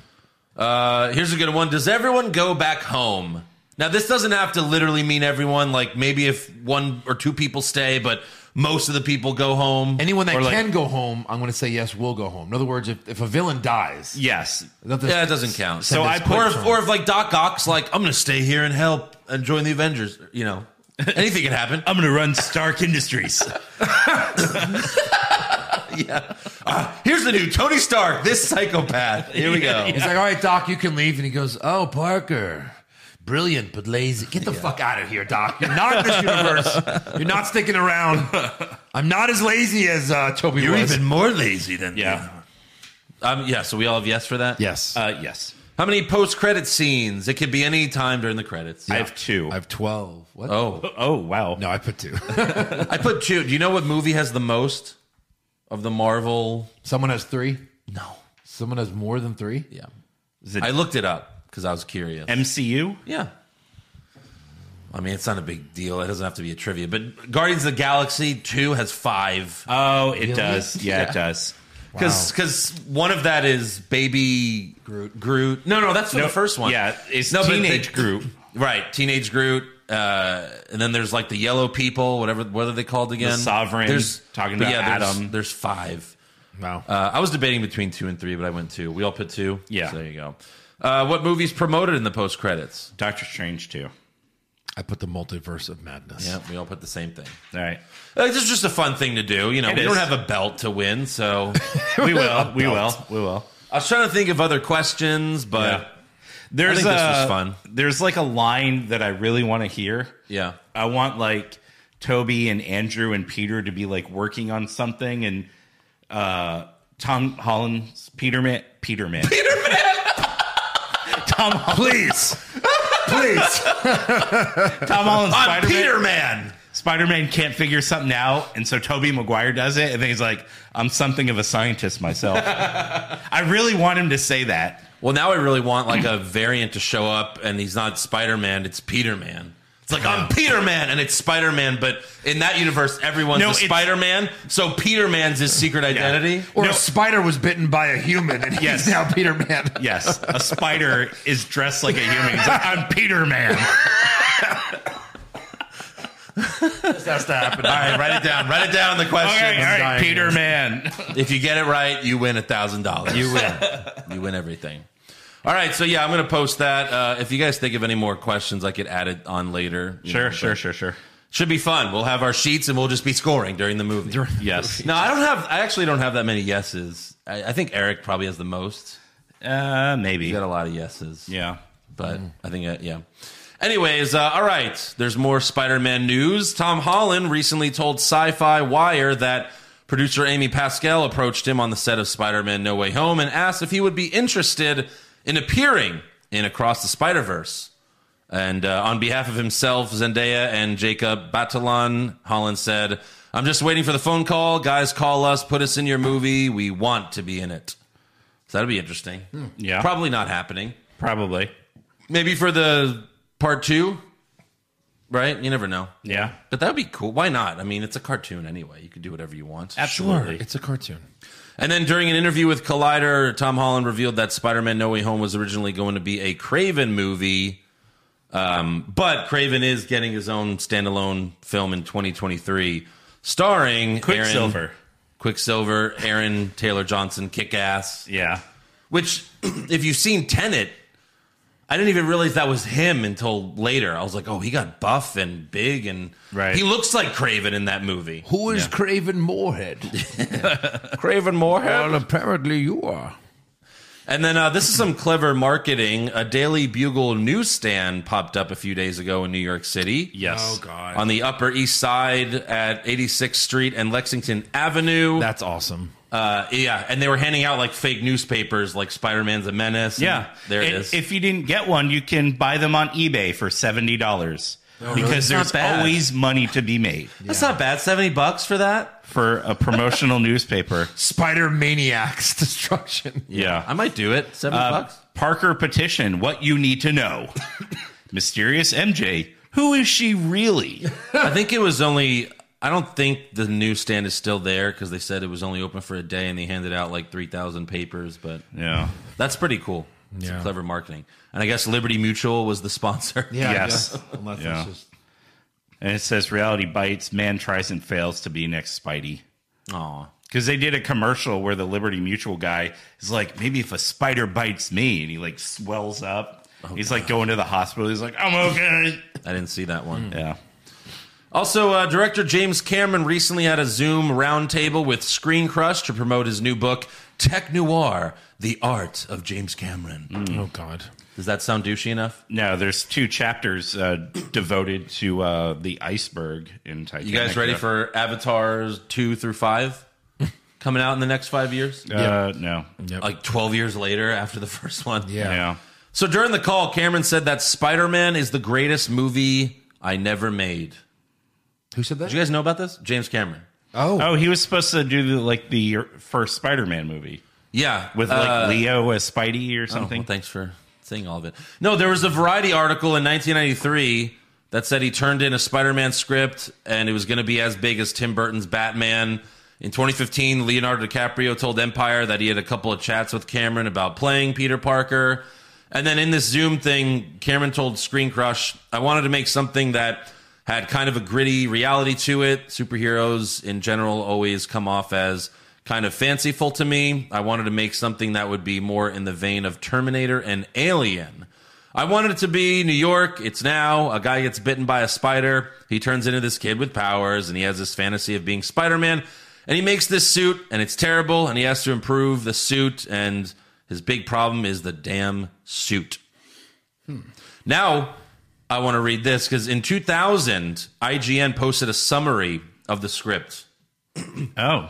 [SPEAKER 3] Uh, here's a good one. Does everyone go back home? Now, this doesn't have to literally mean everyone. Like maybe if one or two people stay, but most of the people go home.
[SPEAKER 4] Anyone that
[SPEAKER 3] Or, like-
[SPEAKER 4] can go home, I'm going to say yes, will go home. In other words, if, if a villain dies,
[SPEAKER 5] Yes.
[SPEAKER 4] not that-
[SPEAKER 3] yeah, it doesn't count.
[SPEAKER 5] So I put
[SPEAKER 3] or if, or if like Doc Ock's like, I'm gonna stay here and help and join the Avengers. You know, anything can happen.
[SPEAKER 5] I'm gonna run Stark Industries.
[SPEAKER 3] Here's the new Tony Stark, this psychopath. Here we go.
[SPEAKER 4] he's like, all right, Doc, you can leave. And he goes, oh, Parker, brilliant, but lazy. Get the fuck out of here, Doc. You're not in this universe. You're not sticking around. I'm not as lazy as uh, Toby was.
[SPEAKER 3] more lazy than
[SPEAKER 5] yeah.
[SPEAKER 3] Um, yeah. So we all have yes for that.
[SPEAKER 4] yes.
[SPEAKER 5] Uh, yes.
[SPEAKER 3] How many post-credit scenes? It could be any time during the credits.
[SPEAKER 5] I have two.
[SPEAKER 4] I have 12. What?
[SPEAKER 3] oh,
[SPEAKER 5] oh wow.
[SPEAKER 4] No, I put two.
[SPEAKER 3] I put two. Do you know what movie has the most of the Marvel?
[SPEAKER 4] Someone has three.
[SPEAKER 3] No.
[SPEAKER 4] Someone has more than three.
[SPEAKER 3] Yeah.
[SPEAKER 5] Is it
[SPEAKER 3] I looked it up because I was curious.
[SPEAKER 5] MCU?
[SPEAKER 3] yeah. I mean, it's not a big deal. It doesn't have to be a trivia. But Guardians of the Galaxy 2 has five.
[SPEAKER 5] Oh, it does. Yeah, it does.
[SPEAKER 3] Because one of that is Baby Groot. Groot. No, no, that's for the first one.
[SPEAKER 5] Yeah, it's
[SPEAKER 3] No, but
[SPEAKER 5] teenage
[SPEAKER 3] they-
[SPEAKER 5] group.
[SPEAKER 3] Right. Teenage Groot. Uh, and then there's like the yellow people, whatever what are they called again?
[SPEAKER 5] Sovereign, talking
[SPEAKER 3] but
[SPEAKER 5] about
[SPEAKER 3] there's-
[SPEAKER 5] Adam.
[SPEAKER 3] There's five.
[SPEAKER 4] Wow.
[SPEAKER 3] Uh, I was debating between two and three, but I went two. We all put two.
[SPEAKER 5] Yeah.
[SPEAKER 3] So there you go. Uh, what movies promoted in the post credits?
[SPEAKER 5] Doctor Strange too.
[SPEAKER 4] I put the multiverse of madness.
[SPEAKER 3] Yeah, we all put the same thing.
[SPEAKER 5] All right.
[SPEAKER 3] Uh, this is just a fun thing to do. You know,
[SPEAKER 5] It
[SPEAKER 3] we
[SPEAKER 5] is.
[SPEAKER 3] don't have a belt to win, so
[SPEAKER 5] We will. we will. We will.
[SPEAKER 3] I was trying to think of other questions, but
[SPEAKER 5] Yeah. There's
[SPEAKER 3] think this was
[SPEAKER 5] a-
[SPEAKER 3] fun.
[SPEAKER 5] There's like a line that I really want to hear.
[SPEAKER 3] yeah.
[SPEAKER 5] I want like Toby and Andrew and Peter to be like working on something, and uh, Tom Holland's Peterman, Peterman, Peterman, Tom, Hol-
[SPEAKER 4] Please. Please.
[SPEAKER 5] Tom Holland's Spider-Man.
[SPEAKER 3] Peterman.
[SPEAKER 5] Spider-Man can't figure something out, and so Toby Maguire does it, and then he's like, "I'm something of a scientist myself." I really want him to say that.
[SPEAKER 3] Well, now I really want like a variant to show up, and he's not Spider Man; it's Peter Man. It's like I'm Peter Man, and it's Spider Man, but in that universe, everyone's
[SPEAKER 5] No,
[SPEAKER 3] a
[SPEAKER 5] it's-
[SPEAKER 3] Spider Man. So Peter Man's his secret identity.
[SPEAKER 4] Or
[SPEAKER 5] No.
[SPEAKER 4] a spider was bitten by a human and
[SPEAKER 5] Yes.
[SPEAKER 4] he's now Peter Man.
[SPEAKER 5] Yes, a spider is dressed like a human. He's like, "I'm Peter Man."
[SPEAKER 4] That's to happen.
[SPEAKER 3] All right, write it down. Write it down. The question.
[SPEAKER 5] Okay, all right,
[SPEAKER 4] dying
[SPEAKER 5] Peter Man.
[SPEAKER 3] If you get it right, you win a thousand dollars. You
[SPEAKER 4] win.
[SPEAKER 3] you win everything. All right, so yeah, I'm gonna post that. Uh, if you guys think of any more questions, I could add it on later. You know,
[SPEAKER 5] Sure,
[SPEAKER 3] but
[SPEAKER 5] sure, sure, sure.
[SPEAKER 3] Should be fun. We'll have our sheets and we'll just be scoring during the movie.
[SPEAKER 5] Yes.
[SPEAKER 3] no, I don't have. I actually don't have that many yeses. I, I think Eric probably has the most.
[SPEAKER 5] Uh, maybe.
[SPEAKER 3] He got a lot of yeses.
[SPEAKER 5] Yeah.
[SPEAKER 3] but I think uh, yeah. Anyways, uh, all right. There's more Spider-Man news. Tom Holland recently told Sci-Fi Wire that producer Amy Pascal approached him on the set of Spider-Man: No Way Home and asked if he would be interested in appearing in Across the Spider-Verse. And uh, on behalf of himself, Zendaya, and Jacob Batalon, Holland said, "I'm just waiting for the phone call. Guys, call us. Put us in your movie. We want to be in it." So that'll be interesting.
[SPEAKER 5] Yeah.
[SPEAKER 3] probably not happening
[SPEAKER 5] Probably.
[SPEAKER 3] maybe for the part two, right? You never know.
[SPEAKER 5] Yeah.
[SPEAKER 3] But that would be cool. Why not? I mean, it's a cartoon anyway. You could do whatever you want.
[SPEAKER 5] Absolutely.
[SPEAKER 4] It's a cartoon.
[SPEAKER 3] And then during an interview with Collider, Tom Holland revealed that Spider Man No Way Home was originally going to be a Craven movie. Um, but Craven is getting his own standalone film in 2023, starring Aaron,
[SPEAKER 5] Quicksilver.
[SPEAKER 3] Quicksilver, Aaron Taylor Johnson, Kick Ass.
[SPEAKER 5] Yeah.
[SPEAKER 3] Which, if you've seen Tenet, I didn't even realize that was him until later. I was like, oh, he got buff and big and
[SPEAKER 5] Right.
[SPEAKER 3] he looks like Craven in that movie.
[SPEAKER 4] Who is Craven Moorhead?
[SPEAKER 3] Craven Moorhead?
[SPEAKER 4] well, apparently you are.
[SPEAKER 3] And then uh, this is some clever marketing. A Daily Bugle newsstand popped up a few days ago in New York City.
[SPEAKER 8] Oh,
[SPEAKER 5] Yes.
[SPEAKER 4] God,
[SPEAKER 3] On the Upper East Side at 86th Street and Lexington Avenue.
[SPEAKER 8] That's awesome.
[SPEAKER 3] Uh, yeah, and they were handing out like fake newspapers, like Spider Man's a Menace. and
[SPEAKER 5] Yeah.
[SPEAKER 3] there it
[SPEAKER 5] And
[SPEAKER 3] is.
[SPEAKER 5] If you didn't get one, you can buy them on eBay for $70 because
[SPEAKER 3] That's not
[SPEAKER 5] there's
[SPEAKER 3] bad.
[SPEAKER 5] always money to be made
[SPEAKER 3] That's not bad. Seventy bucks for that.
[SPEAKER 5] for a promotional newspaper.
[SPEAKER 4] Spider Maniac's destruction.
[SPEAKER 5] Yeah.
[SPEAKER 3] I might do it. Seventy
[SPEAKER 5] Uh,
[SPEAKER 3] bucks.
[SPEAKER 5] Parker petition, what you need to know. Mysterious MJ, who is she really?
[SPEAKER 3] I think it was only. I don't think the newsstand is still there because they said it was only open for a day and they handed out like three thousand papers. But
[SPEAKER 5] Yeah.
[SPEAKER 3] that's pretty cool. It's
[SPEAKER 8] Yeah.
[SPEAKER 3] clever marketing. And I guess Liberty Mutual was the sponsor.
[SPEAKER 4] Yeah, I
[SPEAKER 5] Yes.
[SPEAKER 4] guess. Unless
[SPEAKER 5] Yeah.
[SPEAKER 4] it's just
[SPEAKER 5] And it says reality bites, man tries and fails to be next Spidey.
[SPEAKER 3] Aw.
[SPEAKER 5] Because they did a commercial where the Liberty Mutual guy is like, maybe if a spider bites me, and he like swells up. he's like going to the hospital. He's like, I'm okay.
[SPEAKER 3] I didn't see that one.
[SPEAKER 5] Yeah.
[SPEAKER 3] Also, uh, director James Cameron recently had a Zoom roundtable with Screen Crush to promote his new book, Tech Noir The Art of James Cameron.
[SPEAKER 8] Oh God.
[SPEAKER 3] Does that sound douchey enough?
[SPEAKER 5] No, there's two chapters uh, devoted to uh, the iceberg in Titanic. Uh,
[SPEAKER 3] You guys ready for Avatars 2 through 5 coming out in the next five years?
[SPEAKER 5] Uh, No.
[SPEAKER 3] Like 12 years later after the first one?
[SPEAKER 8] Yeah.
[SPEAKER 5] Yeah.
[SPEAKER 3] So during the call, Cameron said that Spider Man is the greatest movie I never made.
[SPEAKER 4] who said
[SPEAKER 3] Did
[SPEAKER 4] that?
[SPEAKER 3] you guys know about this? James Cameron.
[SPEAKER 5] Oh, he was supposed to do the, like the first Spider-Man movie
[SPEAKER 3] Yeah.
[SPEAKER 5] with like
[SPEAKER 3] uh,
[SPEAKER 5] Leo as Spidey or
[SPEAKER 3] Oh, well,
[SPEAKER 5] something.
[SPEAKER 3] thanks for saying all of it. No, there was a Variety article in 1993 that said he turned in a Spider-Man script and it was going to be as big as Tim Burton's Batman. In 2015, Leonardo DiCaprio told Empire that he had a couple of chats with Cameron about playing Peter Parker. And then in this Zoom thing, Cameron told Screen Crush, I wanted to make something that had kind of a gritty reality to it. Superheroes in general always come off as kind of fanciful to me. I wanted to make something that would be more in the vein of Terminator and Alien. I wanted it to be New York. It's now. A guy gets bitten by a spider. He turns into this kid with powers, and he has this fantasy of being Spider Man. And he makes this suit, and it's terrible, and he has to improve the suit. And his big problem is the damn suit. Hmm. Now, I want to read this because in 2000, IGN posted a summary of the script.
[SPEAKER 5] Oh,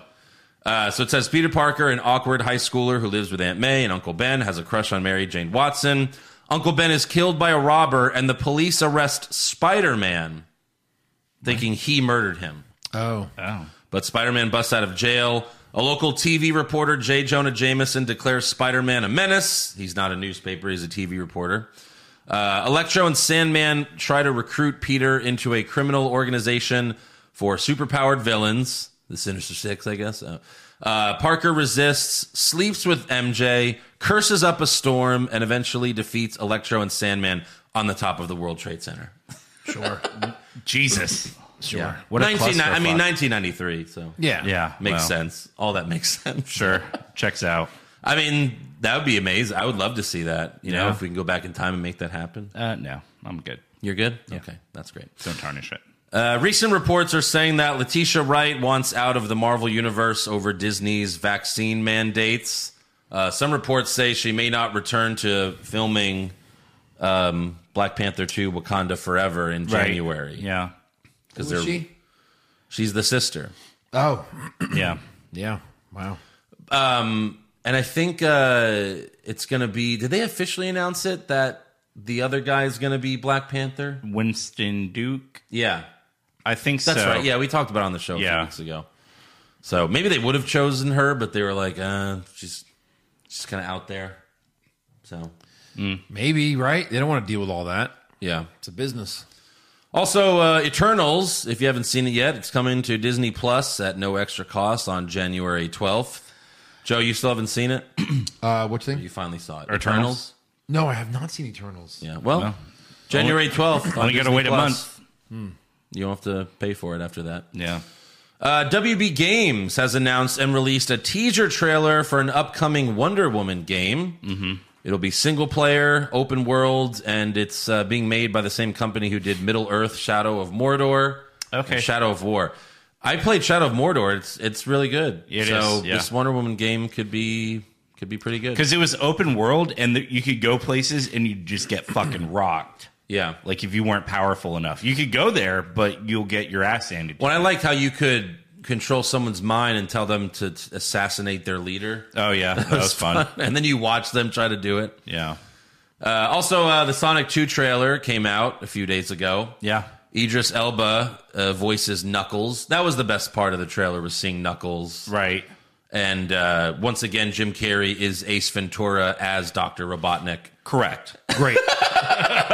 [SPEAKER 3] Uh, so it says Peter Parker, an awkward high schooler who lives with Aunt May and Uncle Ben, has a crush on Mary Jane Watson. Uncle Ben is killed by a robber, and the police arrest Spider Man, thinking he murdered him.
[SPEAKER 8] Oh.
[SPEAKER 3] But Spider Man busts out of jail. A local TV reporter, J. Jonah Jameson, declares Spider Man a menace. He's not a newspaper, he's a TV reporter. Uh, Electro and Sandman try to recruit Peter into a criminal organization for superpowered villains, the Sinister Six, I guess. Uh, uh, Parker resists, sleeps with MJ, curses up a storm, and eventually defeats Electro and Sandman on the top of the World Trade Center.
[SPEAKER 8] Sure.
[SPEAKER 5] Jesus.
[SPEAKER 8] Sure.
[SPEAKER 3] Yeah.
[SPEAKER 5] What a
[SPEAKER 3] 19 I mean,
[SPEAKER 5] clusterfuck.
[SPEAKER 3] 1993, so.
[SPEAKER 8] Yeah.
[SPEAKER 5] Yeah.
[SPEAKER 3] Makes
[SPEAKER 5] well,
[SPEAKER 3] sense. All that makes sense.
[SPEAKER 5] Sure. Checks out.
[SPEAKER 3] I mean, that would be amazing. I would love to see that. You know,
[SPEAKER 5] Yeah.
[SPEAKER 3] if we can go back in time and make that happen.
[SPEAKER 5] Uh, no, I'm good.
[SPEAKER 3] You're good? Okay, that's great.
[SPEAKER 5] Don't tarnish it.
[SPEAKER 3] Uh, recent reports are saying that Letitia Wright wants out of the Marvel Universe over Disney's vaccine mandates. Uh, some reports say she may not return to filming um, Black Panther 2 Wakanda Forever in January.
[SPEAKER 5] Yeah.
[SPEAKER 3] Because
[SPEAKER 4] Who is she?
[SPEAKER 3] she's the sister.
[SPEAKER 4] Oh,
[SPEAKER 5] Yeah.
[SPEAKER 8] Yeah. Wow.
[SPEAKER 3] And I think uh, it's going to be. Did they officially announce it that the other guy is going to be Black Panther?
[SPEAKER 5] Winston Duke.
[SPEAKER 3] Yeah.
[SPEAKER 5] I think
[SPEAKER 3] That's
[SPEAKER 5] so.
[SPEAKER 3] right. Yeah, we talked about it on the show a few
[SPEAKER 5] Yeah.
[SPEAKER 3] weeks ago. So maybe they would have chosen her, but they were like, uh, she's she's kind of out there. So
[SPEAKER 8] Maybe right. They don't want to deal with all that.
[SPEAKER 3] yeah.
[SPEAKER 8] It's a business.
[SPEAKER 3] Also, uh, Eternals. If you haven't seen it yet, it's coming to Disney Plus at no extra cost on January twelfth. Joe, you still haven't seen it?
[SPEAKER 4] uh, what thing?
[SPEAKER 3] You finally saw it.
[SPEAKER 5] Eternals?
[SPEAKER 4] No, I have not seen Eternals.
[SPEAKER 3] Yeah. Well, January twelfth.
[SPEAKER 5] Only got to wait a month.
[SPEAKER 3] Hmm. You don't have to pay for it after that.
[SPEAKER 5] Yeah.
[SPEAKER 3] Uh, WB Games has announced and released a teaser trailer for an upcoming Wonder Woman game. Mm-hmm. It'll be single player, open world, and it's uh, being made by the same company who did Middle Earth: Shadow of Mordor,
[SPEAKER 5] Okay.
[SPEAKER 3] and Shadow of War. I played Shadow of Mordor. It's it's really good.
[SPEAKER 5] It
[SPEAKER 3] so
[SPEAKER 5] is, yeah.
[SPEAKER 3] this Wonder Woman game could be could be pretty good.
[SPEAKER 5] Because it was open world and the, you could go places and you'd just get fucking rocked.
[SPEAKER 3] Yeah,
[SPEAKER 5] Like if you weren't powerful enough, you could go there, but you'll get your ass handed. to
[SPEAKER 3] Well, I liked how you could control someone's mind and tell them to t- assassinate their leader.
[SPEAKER 5] you. Oh yeah, that was fun.
[SPEAKER 3] and then you watch them try to do it.
[SPEAKER 5] Yeah,
[SPEAKER 3] Uh, also, uh, the Sonic 2 trailer came out a few days ago.
[SPEAKER 5] yeah.
[SPEAKER 3] Idris Elba uh, voices Knuckles. That was the best part of the trailer was seeing Knuckles.
[SPEAKER 5] Right.
[SPEAKER 3] And uh, once again, Jim Carrey is Ace Ventura as Dr. Robotnik.
[SPEAKER 5] Correct.
[SPEAKER 4] Great.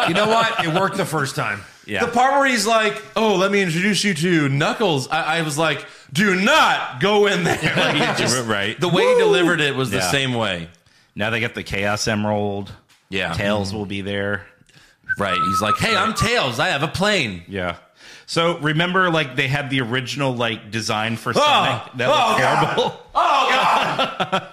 [SPEAKER 8] You know what? It worked the first time.
[SPEAKER 5] Yeah.
[SPEAKER 3] The part where he's like, "Oh, let me introduce you to Knuckles," I, I was like, "Do not go in there." Like, it just-
[SPEAKER 5] Right.
[SPEAKER 3] The way he delivered it was the
[SPEAKER 5] Yeah.
[SPEAKER 3] same way.
[SPEAKER 5] now they got the Chaos Emerald.
[SPEAKER 3] Yeah.
[SPEAKER 5] Tails will be there.
[SPEAKER 3] Right. He's like, hey, I'm Tails. I have a plane.
[SPEAKER 5] Yeah. So remember, like they had the original like design for
[SPEAKER 3] Ah!
[SPEAKER 5] Sonic that
[SPEAKER 3] Oh,
[SPEAKER 5] was terrible.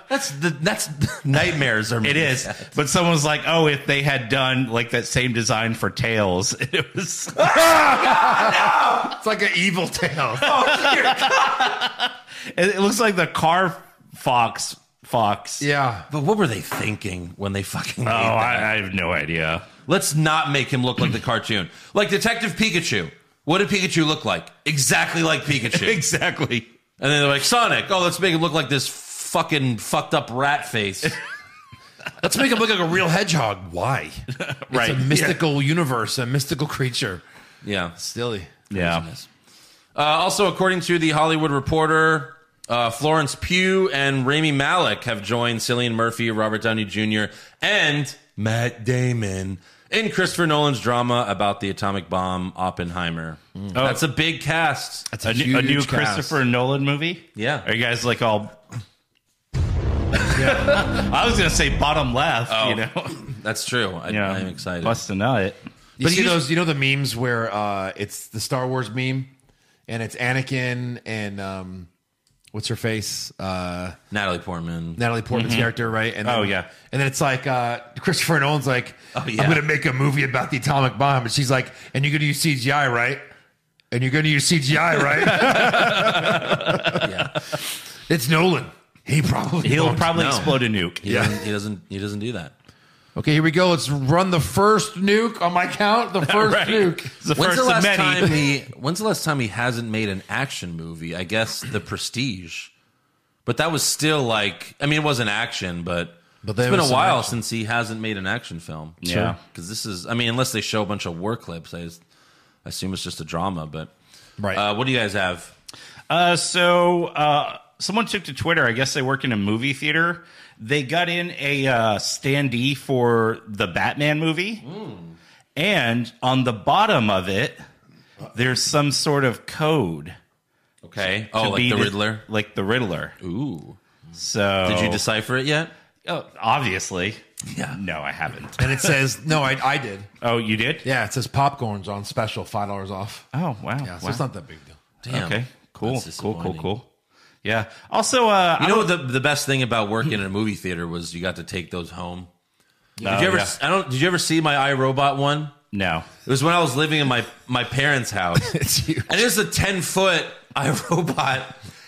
[SPEAKER 3] That's the that's nightmares are.
[SPEAKER 5] It is, but someone was like, "Oh, if they had done like that same design for Tails, it was."
[SPEAKER 4] It's like an evil tale.
[SPEAKER 5] It, it looks like the car fox fox.
[SPEAKER 8] Yeah.
[SPEAKER 3] But what were they thinking when they fucking?
[SPEAKER 5] Oh,
[SPEAKER 3] made that?
[SPEAKER 5] I, I have no idea.
[SPEAKER 3] Let's not make him look like the cartoon, like Detective Pikachu. What did Pikachu look like? Exactly like Pikachu.
[SPEAKER 5] Exactly.
[SPEAKER 3] and then they're like Sonic. Oh, let's make him look like this fucking fucked up rat face.
[SPEAKER 8] Let's make him look like a real hedgehog. Why?
[SPEAKER 5] Right.
[SPEAKER 8] It's a mystical universe, a mystical creature.
[SPEAKER 3] yeah.
[SPEAKER 8] Silly.
[SPEAKER 5] Yeah.
[SPEAKER 3] Uh, also, according to the Hollywood Reporter, uh, Florence Pugh and Rami Malek have joined Cillian Murphy, Robert Downey Jr., and Matt Damon in Christopher Nolan's drama about the atomic bomb, Oppenheimer. That's a big cast.
[SPEAKER 8] That's
[SPEAKER 5] A, new- a new Christopher Nolan movie?
[SPEAKER 3] Yeah.
[SPEAKER 5] Are you guys like all. I was going to say bottom left, you know?
[SPEAKER 3] That's true. I,
[SPEAKER 5] yeah.
[SPEAKER 3] Oh. I'm excited.
[SPEAKER 5] Bust a nut.
[SPEAKER 4] You
[SPEAKER 3] But
[SPEAKER 4] see
[SPEAKER 3] he's-
[SPEAKER 4] those? You know the memes where uh, it's the Star Wars meme, and it's Anakin and um, what's her face, uh,
[SPEAKER 3] Natalie Portman.
[SPEAKER 4] Natalie Portman's character, right? And then,
[SPEAKER 5] Oh, yeah. Oh,
[SPEAKER 4] and then it's like uh, Christopher Nolan's like,
[SPEAKER 3] yeah.
[SPEAKER 4] I'm gonna make a movie about the atomic bomb, and she's like, and you're gonna use CGI, right? And you're gonna use CGI, right?
[SPEAKER 3] yeah.
[SPEAKER 4] it's Nolan. He probably
[SPEAKER 5] He'll
[SPEAKER 4] won't.
[SPEAKER 5] probably
[SPEAKER 3] no.
[SPEAKER 5] explode a nuke.
[SPEAKER 3] He,
[SPEAKER 4] Yeah.
[SPEAKER 3] Doesn't, he doesn't. He doesn't do that.
[SPEAKER 4] Okay, here we go. Let's run the first nuke on my count. The first
[SPEAKER 5] Right.
[SPEAKER 4] nuke.
[SPEAKER 5] It's the
[SPEAKER 3] when's
[SPEAKER 5] first
[SPEAKER 3] the last
[SPEAKER 5] of many.
[SPEAKER 3] time he? When's the last time he hasn't made an action movie? I guess The Prestige, but that was still like I mean, it wasn't action, but,
[SPEAKER 4] But there
[SPEAKER 3] it's been
[SPEAKER 4] was
[SPEAKER 3] a
[SPEAKER 4] some
[SPEAKER 3] while
[SPEAKER 4] action.
[SPEAKER 3] since he hasn't made an action film.
[SPEAKER 5] Yeah.
[SPEAKER 3] because this is I mean, unless they show a bunch of war clips, I, just- I assume it's just a drama. But
[SPEAKER 4] Right.
[SPEAKER 3] uh, what do you guys have?
[SPEAKER 5] Uh, so uh, someone took to Twitter. I guess they work in a movie theater. They got in a uh, standee for the Batman movie,
[SPEAKER 3] Hmm.
[SPEAKER 5] and on the bottom of it, there's some sort of code.
[SPEAKER 3] Okay,
[SPEAKER 5] to
[SPEAKER 3] oh, like
[SPEAKER 5] be
[SPEAKER 3] the Riddler.
[SPEAKER 5] like the Riddler.
[SPEAKER 3] Ooh,
[SPEAKER 5] So
[SPEAKER 3] did you decipher it yet?
[SPEAKER 5] Oh, obviously,
[SPEAKER 3] Yeah.
[SPEAKER 5] No, I haven't.
[SPEAKER 4] And it says, no, I, I did.
[SPEAKER 5] Oh, you did?
[SPEAKER 4] Yeah, it says popcorn's on special, five dollars off.
[SPEAKER 5] Oh, wow.
[SPEAKER 4] Yeah, so
[SPEAKER 5] wow.
[SPEAKER 4] it's not that big deal.
[SPEAKER 3] Damn.
[SPEAKER 5] okay. Cool.
[SPEAKER 3] That's
[SPEAKER 5] Cool. Cool.
[SPEAKER 3] disappointing.
[SPEAKER 5] Cool. Yeah. Also, uh,
[SPEAKER 3] You know the the best thing about working in a movie theater was you got to take those home. Did you ever?
[SPEAKER 5] yeah.
[SPEAKER 3] I don't. Did you ever see my iRobot one?
[SPEAKER 5] no.
[SPEAKER 3] It was when I was living in my my parents' house. And it was a ten foot iRobot,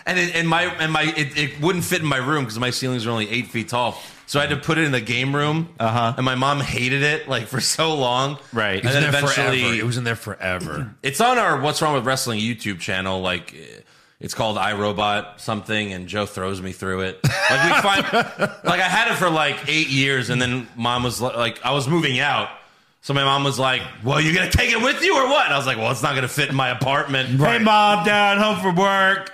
[SPEAKER 3] and it, and my and my it, it wouldn't fit in my room because my ceilings were only eight feet tall. So I had to put it in the game room. Uh
[SPEAKER 4] Uh-huh.
[SPEAKER 3] huh. And my mom hated it like for so long.
[SPEAKER 5] Right.
[SPEAKER 3] And then
[SPEAKER 4] It was in there
[SPEAKER 3] eventually,
[SPEAKER 4] forever. it was in there forever.
[SPEAKER 3] it's on our What's Wrong with Wrestling YouTube channel. Like, eh, it's called iRobot something, and Joe throws me through it. Like, we find, like, I had it for like eight years, and then mom was li- like, I was moving out. So my mom was like, Well, you gonna take it with you or what? And I was like, Well, it's not gonna fit in my apartment.
[SPEAKER 5] Hey, mom, dad, home from work.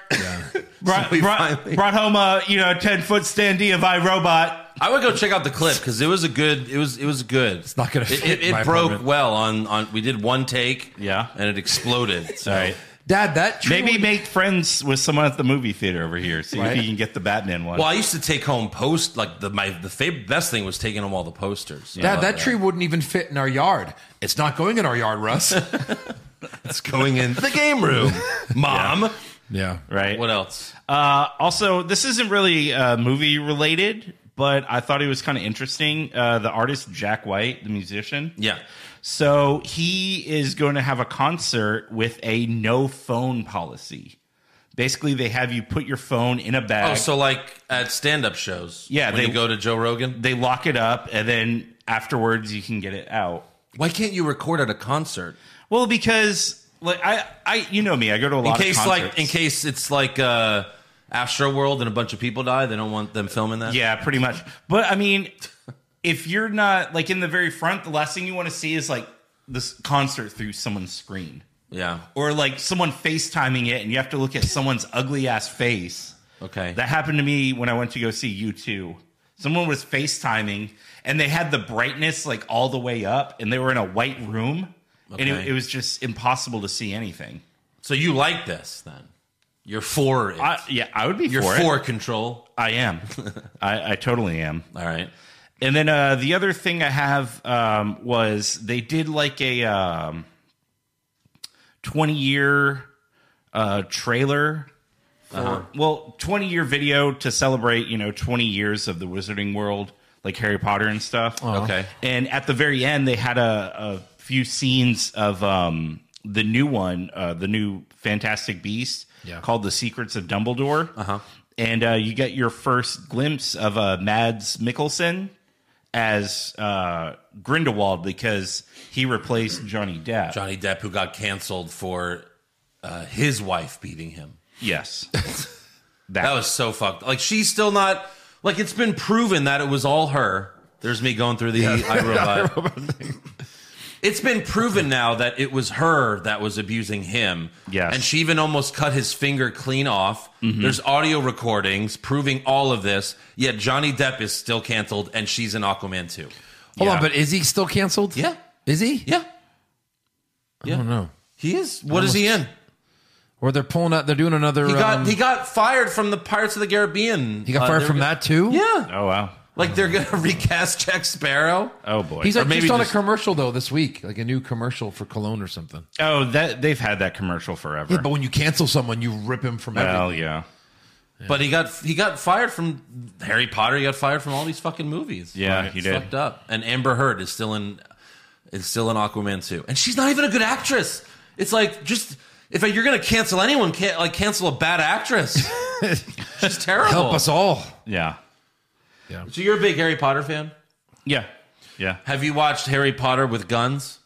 [SPEAKER 5] brought,
[SPEAKER 3] we
[SPEAKER 5] brought-
[SPEAKER 3] finally-
[SPEAKER 5] brought home a you know ten foot standee of iRobot.
[SPEAKER 3] I would go check out the clip because it was a good. It was it was good. It's
[SPEAKER 4] not gonna
[SPEAKER 3] It,
[SPEAKER 4] fit
[SPEAKER 3] it,
[SPEAKER 4] in my
[SPEAKER 3] it broke
[SPEAKER 4] apartment.
[SPEAKER 3] well on on. We did one take.
[SPEAKER 5] Yeah.
[SPEAKER 3] and it exploded. So
[SPEAKER 5] Right.
[SPEAKER 4] Dad, that truly-
[SPEAKER 5] Maybe make friends with someone at the movie theater over here. See
[SPEAKER 4] Right.
[SPEAKER 5] if you can get the Batman one.
[SPEAKER 3] well, I used to take home post like the my the fav- best thing was taking home all the posters. I
[SPEAKER 4] Dad,
[SPEAKER 3] love
[SPEAKER 4] that tree wouldn't even fit in our yard. It's not going in our yard, Russ.
[SPEAKER 3] It's going in the game room, mom.
[SPEAKER 8] Yeah.
[SPEAKER 5] right.
[SPEAKER 3] What else?
[SPEAKER 5] Uh, also, this isn't really uh, movie related, but I thought he was kind of interesting. Uh, the artist Jack White, the musician.
[SPEAKER 3] Yeah.
[SPEAKER 5] So he is going to have a concert with a no phone policy. Basically, they have you put your phone in a bag.
[SPEAKER 3] Oh, so like at stand-up shows.
[SPEAKER 5] Yeah,
[SPEAKER 3] when
[SPEAKER 5] they-
[SPEAKER 3] you go to Joe Rogan.
[SPEAKER 5] they lock it up, and then afterwards you can get it out.
[SPEAKER 3] Why can't you record at a concert?
[SPEAKER 5] Well, because like I, I, you know me, I go to a
[SPEAKER 3] In
[SPEAKER 5] lot
[SPEAKER 3] case
[SPEAKER 5] of concerts.
[SPEAKER 3] like in case it's like uh Astro World and a bunch of people die, they don't want them filming that.
[SPEAKER 5] Yeah, pretty much. But I mean, if you're not like in the very front, the last thing you want to see is like this concert through someone's screen
[SPEAKER 3] Yeah.
[SPEAKER 5] or like someone FaceTiming it and you have to look at someone's ugly ass face.
[SPEAKER 3] Okay.
[SPEAKER 5] That happened to me when I went to go see U2. Someone was FaceTiming and they had the brightness like all the way up and they were in a white room and it,
[SPEAKER 3] Okay.
[SPEAKER 5] it was just impossible to see anything.
[SPEAKER 3] so you like this then? You're for it.
[SPEAKER 5] I, yeah, I would be
[SPEAKER 3] You're
[SPEAKER 5] for,
[SPEAKER 3] for,
[SPEAKER 5] it.
[SPEAKER 3] control.
[SPEAKER 5] I am. I, I totally am.
[SPEAKER 3] All right.
[SPEAKER 5] And then uh, the other thing I have um, was they did like a um, 20 year uh, trailer. For, Well, 20 year video to celebrate, you know, 20 years of the Wizarding World, like Harry Potter and stuff.
[SPEAKER 3] Okay.
[SPEAKER 5] And at the very end, they had a, a few scenes of um, the new one, uh, the new Fantastic Beast called The Secrets of Dumbledore. Uh-huh. And uh, you get your first glimpse of uh, Mads Mikkelsen as uh, Grindelwald because he replaced Johnny Depp.
[SPEAKER 3] Johnny Depp who got canceled for uh, his wife beating him.
[SPEAKER 5] Yes.
[SPEAKER 3] That was so fucked. Like she's still not like it's been proven that it was all her. There's me going through the iRobot. It's been proven now that it was her that was abusing him.
[SPEAKER 5] Yes.
[SPEAKER 3] And she even almost cut his finger clean off.
[SPEAKER 4] Mm-hmm.
[SPEAKER 3] There's audio recordings proving all of this. Yet Johnny Depp is still canceled and she's in Aquaman 2.
[SPEAKER 4] Hold
[SPEAKER 5] Yeah.
[SPEAKER 4] on, but is he still canceled?
[SPEAKER 3] Yeah.
[SPEAKER 4] Is he?
[SPEAKER 3] Yeah. Yeah.
[SPEAKER 4] I don't know.
[SPEAKER 3] He is. What is he in?
[SPEAKER 4] Or they're pulling out. They're doing another.
[SPEAKER 3] He got
[SPEAKER 4] um,
[SPEAKER 3] he got fired from the Pirates of the Caribbean.
[SPEAKER 4] he got
[SPEAKER 3] Uh,
[SPEAKER 4] fired
[SPEAKER 3] they're
[SPEAKER 4] from
[SPEAKER 3] go-
[SPEAKER 4] that too.
[SPEAKER 3] Yeah.
[SPEAKER 5] oh, wow.
[SPEAKER 3] Like they're going to recast Jack Sparrow.
[SPEAKER 5] Oh, boy.
[SPEAKER 4] He's like
[SPEAKER 3] maybe
[SPEAKER 4] just on
[SPEAKER 3] just-
[SPEAKER 4] a commercial though this week, like a new commercial for cologne or something.
[SPEAKER 5] oh, that they've had that commercial forever.
[SPEAKER 4] Yeah, but when you cancel someone, you rip him from
[SPEAKER 5] well,
[SPEAKER 4] everything.
[SPEAKER 5] yeah.
[SPEAKER 3] But he got he got fired from Harry Potter. He got fired from all these fucking movies.
[SPEAKER 5] Yeah,
[SPEAKER 3] Like,
[SPEAKER 5] he
[SPEAKER 3] it's
[SPEAKER 5] did.
[SPEAKER 3] Fucked up. And Amber Heard is still in is still in Aquaman too. And she's not even a good actress. It's like just if you're gonna cancel anyone, can't like cancel a bad actress. she's terrible.
[SPEAKER 4] Help us all.
[SPEAKER 5] Yeah.
[SPEAKER 3] So you're a big Harry Potter fan.
[SPEAKER 5] Yeah. Yeah.
[SPEAKER 3] Have you watched Harry Potter with guns?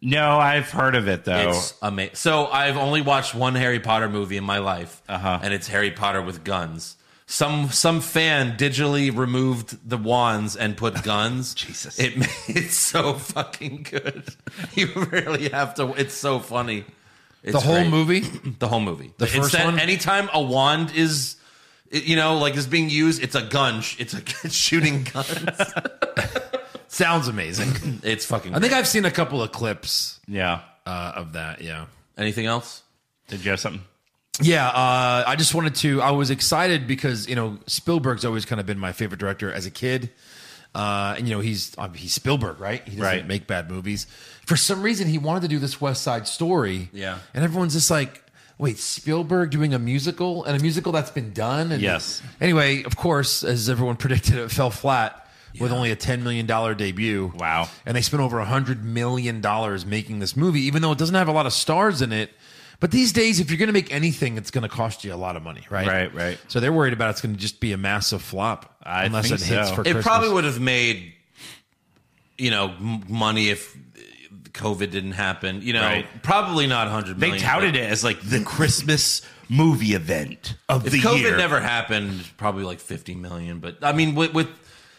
[SPEAKER 5] No, I've heard of it though.
[SPEAKER 3] It's amazing. So I've only watched one Harry Potter movie in my life,
[SPEAKER 4] Uh-huh.
[SPEAKER 3] and it's Harry Potter with guns. Some some fan digitally removed the wands and put guns.
[SPEAKER 5] Jesus.
[SPEAKER 3] it ma- it's so fucking good. You really have to. It's so funny. It's
[SPEAKER 4] The whole
[SPEAKER 3] great.
[SPEAKER 4] movie.
[SPEAKER 3] The whole movie. The
[SPEAKER 4] first one?
[SPEAKER 3] Anytime a wand is, it- you know, like is being used, it's a gun. sh- It's a it's shooting guns.
[SPEAKER 4] Sounds amazing.
[SPEAKER 3] it's fucking.
[SPEAKER 4] I think
[SPEAKER 3] great.
[SPEAKER 4] I've seen a couple of clips
[SPEAKER 5] yeah.
[SPEAKER 4] uh, of that. Yeah.
[SPEAKER 3] Anything else?
[SPEAKER 5] Did you have something?
[SPEAKER 4] Yeah, uh, I just wanted to. I was excited because you know Spielberg's always kind of been my favorite director as a kid, uh, and you know he's um, he's Spielberg, right? He doesn't
[SPEAKER 5] Right.
[SPEAKER 4] make bad movies. For some reason, he wanted to do this West Side Story.
[SPEAKER 3] Yeah.
[SPEAKER 4] and everyone's just like, "Wait, Spielberg doing a musical and a musical that's been done?" And
[SPEAKER 5] Yes.
[SPEAKER 4] Anyway, of course, as everyone predicted, it fell flat with only a ten million dollar debut.
[SPEAKER 5] Wow.
[SPEAKER 4] And they spent over $100 million making this movie, even though it doesn't have a lot of stars in it. But these days, if you're going to make anything, it's going to cost you a lot of money, right?
[SPEAKER 5] Right, right.
[SPEAKER 4] So they're worried about it's going to just be a massive flop
[SPEAKER 5] I
[SPEAKER 4] unless
[SPEAKER 5] think
[SPEAKER 4] it hits
[SPEAKER 5] so.
[SPEAKER 4] for
[SPEAKER 5] It
[SPEAKER 3] it
[SPEAKER 4] Christmas.
[SPEAKER 3] probably would have made you know m- money if covid didn't happen you know
[SPEAKER 5] Right.
[SPEAKER 3] probably not 100
[SPEAKER 5] They
[SPEAKER 3] million
[SPEAKER 5] touted it as like the Christmas movie event of
[SPEAKER 3] if
[SPEAKER 5] the
[SPEAKER 3] covid
[SPEAKER 5] year.
[SPEAKER 3] never happened probably like 50 million but i mean with, with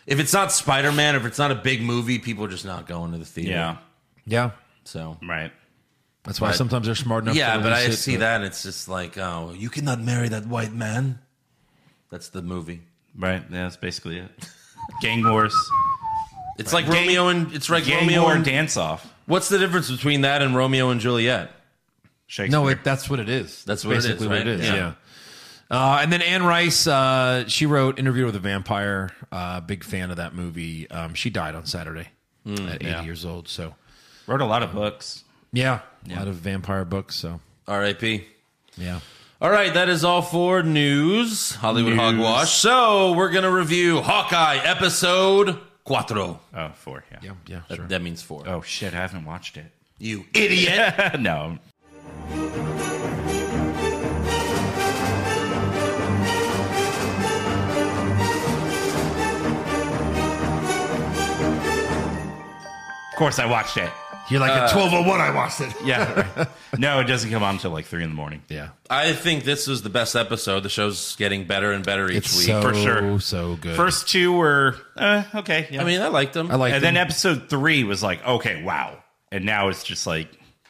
[SPEAKER 3] if it's not spider-man if it's not a big movie people are just not going to the theater
[SPEAKER 5] yeah.
[SPEAKER 4] Yeah.
[SPEAKER 3] so
[SPEAKER 5] Right.
[SPEAKER 4] That's why sometimes they're smart enough
[SPEAKER 3] yeah
[SPEAKER 4] to
[SPEAKER 3] but i
[SPEAKER 4] release it,
[SPEAKER 3] see that and it's just like oh you cannot marry that white man that's the movie
[SPEAKER 5] Right. Yeah, that's basically it. Gang wars.
[SPEAKER 3] it's like romeo and it's like
[SPEAKER 5] Gang
[SPEAKER 3] romeo
[SPEAKER 5] war
[SPEAKER 3] and
[SPEAKER 5] dance off.
[SPEAKER 3] what's the difference between that and romeo and juliet
[SPEAKER 5] Shakespeare.
[SPEAKER 4] No, it, that's what it is.
[SPEAKER 3] That's what it is,
[SPEAKER 4] basically
[SPEAKER 3] right?
[SPEAKER 4] what it is.
[SPEAKER 3] Yeah.
[SPEAKER 4] Yeah. Uh, and then Anne Rice, uh, she wrote Interview with a Vampire. Uh, big fan of that movie. Um, she died on Saturday
[SPEAKER 3] Mm,
[SPEAKER 4] at 80 years old. So,
[SPEAKER 5] wrote a lot of books.
[SPEAKER 4] yeah, a lot of vampire books. So,
[SPEAKER 3] r.i.p
[SPEAKER 4] yeah.
[SPEAKER 3] All right, that is all for news, Hollywood hogwash. So we're gonna review Hawkeye episode cuatro.
[SPEAKER 5] Oh, four. Yeah.
[SPEAKER 8] Yeah, sure.
[SPEAKER 3] That, that means four.
[SPEAKER 5] Oh shit, I haven't watched it.
[SPEAKER 3] You idiot!
[SPEAKER 5] no. Of course, I watched it.
[SPEAKER 4] You're like at 1201. I watched it.
[SPEAKER 5] Yeah. right. no, it doesn't come on until like three in the morning.
[SPEAKER 8] Yeah.
[SPEAKER 3] I think this is the best episode. The show's getting better and better each
[SPEAKER 8] It's
[SPEAKER 3] week.
[SPEAKER 8] so,
[SPEAKER 5] for sure.
[SPEAKER 8] so good.
[SPEAKER 5] First two were uh, okay. Yeah.
[SPEAKER 3] I mean, I liked them.
[SPEAKER 8] I like
[SPEAKER 5] and then episode three was like, okay, wow. And now it's just like,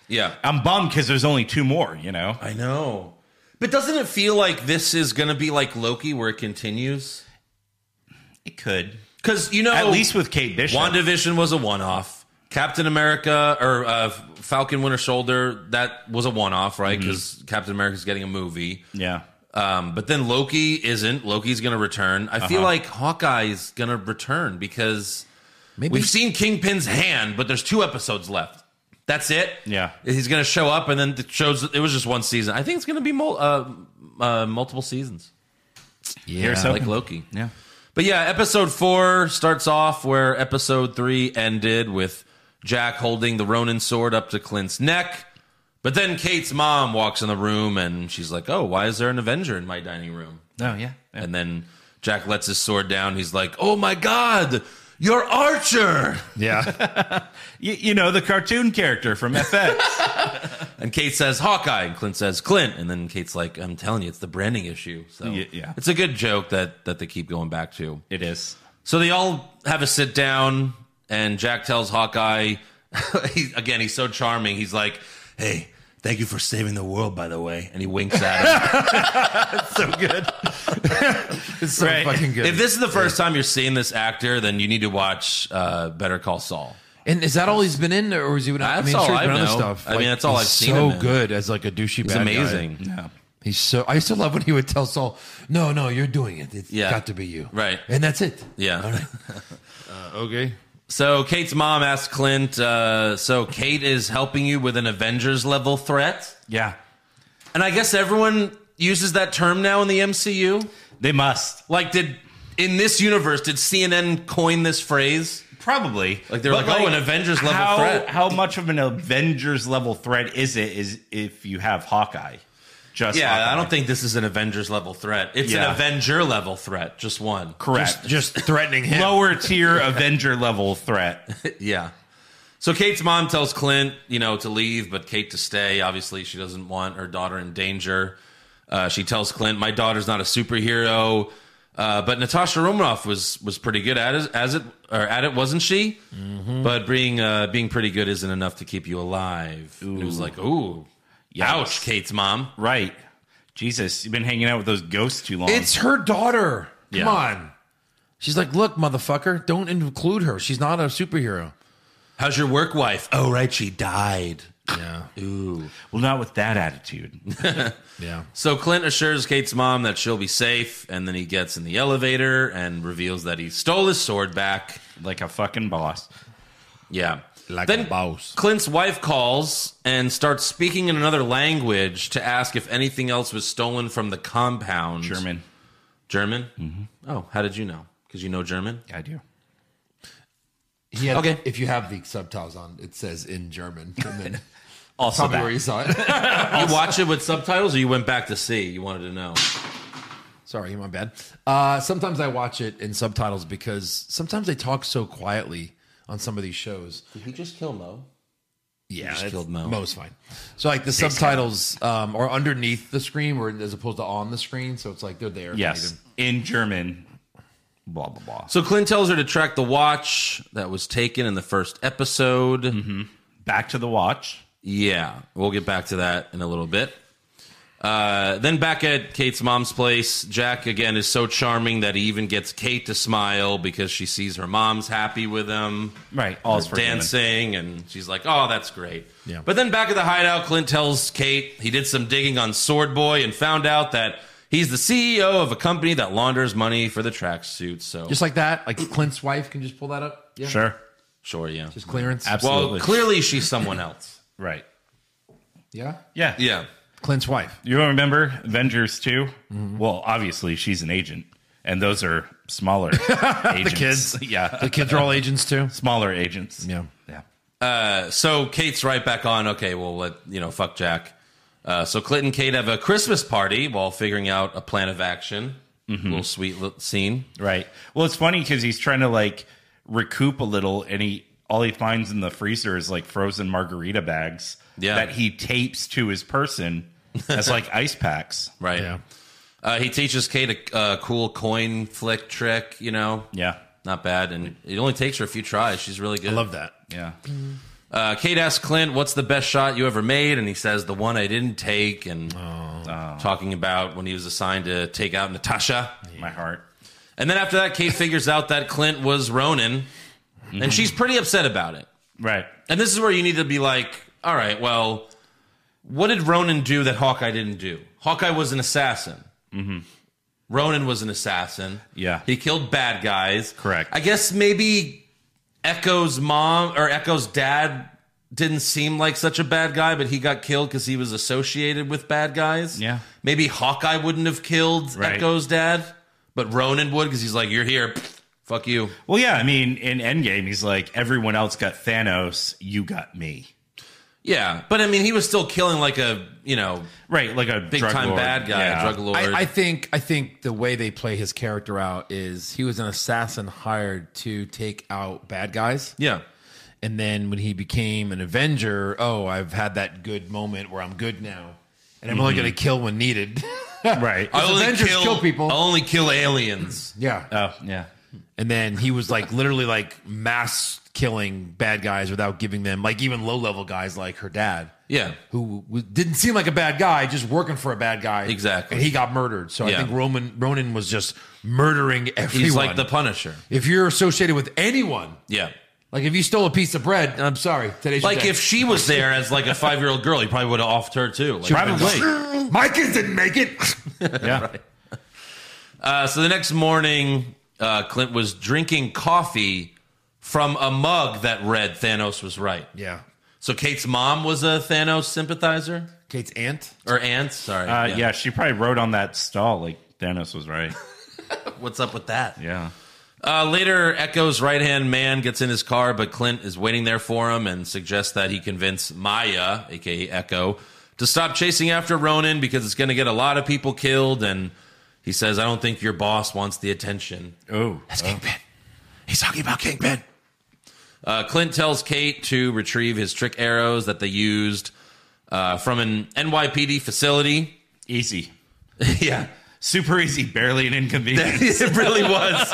[SPEAKER 3] yeah.
[SPEAKER 5] I'm bummed because there's only two more, you know?
[SPEAKER 3] I know. But doesn't it feel like this is going to be like Loki where it continues?
[SPEAKER 5] It could. Oh,
[SPEAKER 3] Because, you know,
[SPEAKER 5] At least with Kate Bishop.
[SPEAKER 3] WandaVision was a one off. Captain America or uh, Falcon Winter Soldier, that was a one off, right? Because Captain America's getting a movie.
[SPEAKER 5] yeah.
[SPEAKER 3] Um, but then Loki isn't. Loki's going to return. I feel like Hawkeye's going to return because
[SPEAKER 8] Maybe-
[SPEAKER 3] we've seen Kingpin's hand, but there's two episodes left. That's it.
[SPEAKER 5] Yeah.
[SPEAKER 3] he's going to show up, and then it shows it was just one season. I think it's going to be mul- uh, uh, multiple seasons,
[SPEAKER 8] yeah.
[SPEAKER 5] Here's hoping.
[SPEAKER 3] like Loki.
[SPEAKER 5] Yeah.
[SPEAKER 3] But yeah, episode four starts off where episode three ended with Jack holding the Ronin sword up to Clint's neck. But then Kate's mom walks in the room and she's like, "Oh, why is there an Avenger in my dining room?"
[SPEAKER 5] No, Oh, yeah. yeah.
[SPEAKER 3] And then Jack lets his sword down. He's like, "Oh my god, you're Archer!"
[SPEAKER 8] yeah.
[SPEAKER 5] You, you know, the cartoon character from FX.
[SPEAKER 3] And Kate says Hawkeye, and Clint says Clint. And then Kate's like, "I'm telling you, it's the branding issue." So
[SPEAKER 5] Y- yeah.
[SPEAKER 3] it's a good joke that that they keep going back to.
[SPEAKER 5] it is.
[SPEAKER 3] So they all have a sit down, and Jack tells Hawkeye, he, again, he's so charming. He's like, "Hey." Thank you for saving the world, by the way. And he winks at him.
[SPEAKER 8] It's so
[SPEAKER 5] Right.
[SPEAKER 8] fucking good.
[SPEAKER 3] if this is the first time you're seeing this actor, then you need to watch uh, Better Call Saul.
[SPEAKER 8] and is that all he's been in, or is he? Been, I
[SPEAKER 3] That's
[SPEAKER 8] mean,
[SPEAKER 3] all
[SPEAKER 8] sure he's
[SPEAKER 3] I
[SPEAKER 8] been in other
[SPEAKER 3] know.
[SPEAKER 8] stuff.
[SPEAKER 3] I mean, that's all
[SPEAKER 8] he's
[SPEAKER 3] I've seen
[SPEAKER 8] So
[SPEAKER 3] him in.
[SPEAKER 8] good as like a douchey.
[SPEAKER 3] He's amazing.
[SPEAKER 5] Yeah.
[SPEAKER 8] He's so. I used to love when he would tell Saul, "No, no, you're doing it. It's
[SPEAKER 3] Yeah.
[SPEAKER 8] got to be you."
[SPEAKER 3] Right.
[SPEAKER 8] And that's it.
[SPEAKER 3] Yeah.
[SPEAKER 8] Okay.
[SPEAKER 3] So Kate's mom asked Clint, uh, so Kate is helping you with an Avengers level threat?
[SPEAKER 5] Yeah.
[SPEAKER 3] And I guess everyone uses that term now in the MCU.
[SPEAKER 5] They must.
[SPEAKER 3] Like, did in this universe, did CNN coin this phrase?
[SPEAKER 5] Probably.
[SPEAKER 3] Like, they're
[SPEAKER 5] But,
[SPEAKER 3] like, "Oh, an Avengers level
[SPEAKER 5] how,
[SPEAKER 3] threat."
[SPEAKER 5] How much of an Avengers level threat is it is if you have Hawkeye? Just
[SPEAKER 3] Yeah, I
[SPEAKER 5] Hawkeye.
[SPEAKER 3] don't think this is an Avengers level threat. It's
[SPEAKER 5] Yeah.
[SPEAKER 3] an Avenger level threat, just one.
[SPEAKER 5] correct.
[SPEAKER 4] Just threatening him.
[SPEAKER 5] Lower tier Avenger level threat.
[SPEAKER 3] Yeah. So Kate's mom tells Clint, you know, to leave, but Kate to stay. Obviously, she doesn't want her daughter in danger. Uh, she tells Clint, "My daughter's not a superhero, uh, but Natasha Romanoff was was pretty good at it, as it or at it, wasn't she? But being uh, being pretty good isn't enough to keep you alive." And it was like, "Ooh, ouch, Kate's mom."
[SPEAKER 5] Right. Jesus, you've been hanging out with those ghosts too long.
[SPEAKER 8] It's her daughter. Come
[SPEAKER 3] Yeah.
[SPEAKER 8] on. She's like, look, motherfucker, don't include her. She's not a superhero.
[SPEAKER 3] How's your work wife? Oh, right, she died.
[SPEAKER 8] Yeah.
[SPEAKER 3] Ooh.
[SPEAKER 5] well, not with that attitude.
[SPEAKER 8] Yeah.
[SPEAKER 3] So Clint assures Kate's mom that she'll be safe, and then he gets in the elevator and reveals that he stole his sword back.
[SPEAKER 5] like a fucking boss.
[SPEAKER 3] Yeah.
[SPEAKER 8] Like
[SPEAKER 3] then
[SPEAKER 8] a boss.
[SPEAKER 3] Clint's wife calls and starts speaking in another language to ask if anything else was stolen from the compound.
[SPEAKER 5] German.
[SPEAKER 3] German? Mm-hmm. Oh, how did you know? Because you know German?
[SPEAKER 5] I do.
[SPEAKER 8] He had-
[SPEAKER 3] Okay.
[SPEAKER 8] If you have the subtitles on, it says in German. And then
[SPEAKER 5] Also
[SPEAKER 8] tell me
[SPEAKER 5] that.
[SPEAKER 8] where you saw it.
[SPEAKER 3] You watch it with subtitles or you went back to see? You wanted to know.
[SPEAKER 8] Sorry, my bad. Uh, sometimes I watch it in subtitles because sometimes they talk so quietly on some of these shows.
[SPEAKER 3] Did he just kill Mo?
[SPEAKER 8] Yeah,
[SPEAKER 3] just
[SPEAKER 8] it's-
[SPEAKER 3] killed Mo.
[SPEAKER 8] Mo's fine. So like the subtitles um, are underneath the screen, or as opposed to on the screen. So it's like they're there. if
[SPEAKER 5] Yes.
[SPEAKER 8] needed.
[SPEAKER 5] In German. Blah blah blah.
[SPEAKER 3] So Clint tells her to track the watch that was taken in the first episode.
[SPEAKER 5] Back to the watch.
[SPEAKER 3] Yeah, we'll get back to that in a little bit. Uh, then back at Kate's mom's place, Jack again is so charming that he even gets Kate to smile because she sees her mom's happy with him.
[SPEAKER 5] Right. All
[SPEAKER 3] They're dancing, and she's like, "Oh, that's great."
[SPEAKER 8] Yeah.
[SPEAKER 3] But then back at the hideout, Clint tells Kate he did some digging on Sword Boy and found out that he's the CEO of a company that launders money for the tracksuit. So
[SPEAKER 8] Just like that, like Clint's wife can just pull that up. Yeah.
[SPEAKER 5] Sure.
[SPEAKER 3] sure, yeah.
[SPEAKER 8] Just clearance.
[SPEAKER 5] Absolutely.
[SPEAKER 3] well, clearly she's someone else.
[SPEAKER 5] right.
[SPEAKER 8] Yeah.
[SPEAKER 5] Yeah.
[SPEAKER 3] Yeah.
[SPEAKER 4] Clint's wife.
[SPEAKER 5] You remember Avengers 2? Well, obviously she's an agent, and those are smaller agents.
[SPEAKER 4] kids.
[SPEAKER 5] yeah,
[SPEAKER 4] The kids are all agents too.
[SPEAKER 5] smaller agents.
[SPEAKER 4] Yeah.
[SPEAKER 5] yeah.
[SPEAKER 3] So Kate's right back on. Okay, well, let you know, fuck Jack. Uh, so Clinton and Kate have a Christmas party while figuring out a plan of action.
[SPEAKER 4] Mm-hmm.
[SPEAKER 3] Little sweet little scene.
[SPEAKER 5] Right. Well, it's funny because he's trying to like recoup a little, and he all he finds in the freezer is like frozen margarita bags
[SPEAKER 3] Yeah.
[SPEAKER 5] that he tapes to his person as like ice packs.
[SPEAKER 3] Right.
[SPEAKER 4] Yeah.
[SPEAKER 3] Uh, he teaches Kate a uh, cool coin flick trick. You know,
[SPEAKER 5] Yeah,
[SPEAKER 3] not bad, and it only takes her a few tries. She's really good.
[SPEAKER 4] I love that.
[SPEAKER 5] yeah.
[SPEAKER 3] Uh, Kate asks Clint, "What's the best shot you ever made?" And he says, "The one I didn't take." And
[SPEAKER 4] Oh.
[SPEAKER 3] talking about when he was assigned to take out Natasha.
[SPEAKER 5] My heart.
[SPEAKER 3] And then after that, Kate figures out that Clint was Ronan, and she's pretty upset about it.
[SPEAKER 5] Right.
[SPEAKER 3] And this is where you need to be like, all right, well, what did Ronan do that Hawkeye didn't do? Hawkeye was an assassin. Ronan was an assassin.
[SPEAKER 5] Mm-hmm. Yeah.
[SPEAKER 3] He killed bad guys.
[SPEAKER 5] Correct.
[SPEAKER 3] I guess maybe Echo's mom or Echo's dad didn't seem like such a bad guy, but he got killed because he was associated with bad guys.
[SPEAKER 5] Yeah.
[SPEAKER 3] Maybe Hawkeye wouldn't have killed
[SPEAKER 5] Right.
[SPEAKER 3] Echo's dad, but Ronan would because he's like, you're here. Pfft, Fuck you.
[SPEAKER 5] Well, yeah. I mean, in Endgame, he's like, everyone else got Thanos, you got me.
[SPEAKER 3] Yeah. But I mean, he was still killing like a, you know,
[SPEAKER 5] Right, like a
[SPEAKER 3] big
[SPEAKER 5] drug
[SPEAKER 3] time
[SPEAKER 5] lord.
[SPEAKER 3] bad guy,
[SPEAKER 5] Yeah.
[SPEAKER 3] drug lord.
[SPEAKER 4] I, I think I think the way they play his character out is he was an assassin hired to take out bad guys.
[SPEAKER 3] yeah,
[SPEAKER 4] And then when he became an Avenger, oh, I've had that good moment where I'm good now. And I'm only going to kill when needed.
[SPEAKER 5] Right.
[SPEAKER 3] I
[SPEAKER 4] Avengers kill people.
[SPEAKER 3] I only kill aliens.
[SPEAKER 4] yeah.
[SPEAKER 5] oh, yeah.
[SPEAKER 4] And then he was like literally like mass killing bad guys without giving them like even low level guys like her dad.
[SPEAKER 3] Yeah,
[SPEAKER 4] who w- didn't seem like a bad guy, just working for a bad guy.
[SPEAKER 3] Exactly.
[SPEAKER 4] And he got murdered. So
[SPEAKER 3] Yeah.
[SPEAKER 4] I think Roman Ronan was just murdering everyone.
[SPEAKER 3] he's like the Punisher.
[SPEAKER 4] if you're associated with anyone,
[SPEAKER 3] Yeah,
[SPEAKER 4] like if you stole a piece of bread, I'm sorry, today's your
[SPEAKER 3] like
[SPEAKER 4] day.
[SPEAKER 3] if she was there as like a five year old girl, he probably would have offed her too. Like,
[SPEAKER 5] Probably.
[SPEAKER 9] My kids didn't make it.
[SPEAKER 5] yeah.
[SPEAKER 3] Uh, so the next morning, uh, Clint was drinking coffee from a mug that read Thanos was right.
[SPEAKER 4] yeah,
[SPEAKER 3] So Kate's mom was a Thanos sympathizer
[SPEAKER 4] Kate's aunt.
[SPEAKER 3] or aunt. Sorry.
[SPEAKER 5] Uh, yeah. she probably wrote on that stall like Thanos was right.
[SPEAKER 3] What's up with that?
[SPEAKER 5] Yeah.
[SPEAKER 3] Uh, later, Echo's right hand man gets in his car, but Clint is waiting there for him and suggests that he convince Maya, aka Echo, to stop chasing after Ronan because it's going to get a lot of people killed. And he says, I don't think your boss wants the attention.
[SPEAKER 5] Oh.
[SPEAKER 10] He's talking about Kingpin.
[SPEAKER 3] Uh, Clint tells Kate to retrieve his trick arrows that they used uh, from an NYPD facility.
[SPEAKER 5] Easy.
[SPEAKER 3] yeah.
[SPEAKER 5] Super easy. Barely an inconvenience.
[SPEAKER 3] it really was.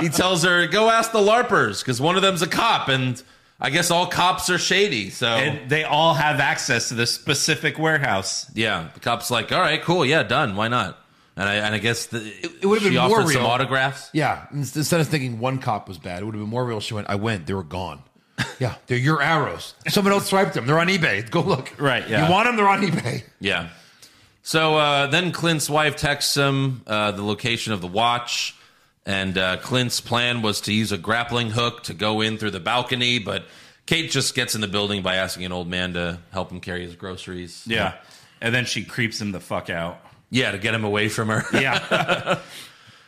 [SPEAKER 3] He tells her, go ask the LARPers because one of them's a cop. And I guess all cops are shady. So.
[SPEAKER 5] and they all have access to this specific warehouse.
[SPEAKER 3] Yeah, the cop's like, "All right, cool, yeah, done. Why not?" And I and I guess the, it,
[SPEAKER 4] would've
[SPEAKER 3] she
[SPEAKER 4] been more
[SPEAKER 3] offered some
[SPEAKER 4] real.
[SPEAKER 3] autographs.
[SPEAKER 4] Yeah, in- instead of thinking one cop was bad, it would have been more real. She went, I went, they were gone. Yeah, they're your arrows. Someone else swiped them. They're on eBay. Go look.
[SPEAKER 5] Right, yeah.
[SPEAKER 4] You want them? They're on eBay.
[SPEAKER 3] Yeah. So uh, then Clint's wife texts him uh, the location of the watch, and uh, Clint's plan was to use a grappling hook to go in through the balcony, but Kate just gets in the building by asking an old man to help him carry his groceries.
[SPEAKER 5] Yeah. And then she creeps him the fuck out.
[SPEAKER 3] yeah, to get him away from her.
[SPEAKER 5] Yeah.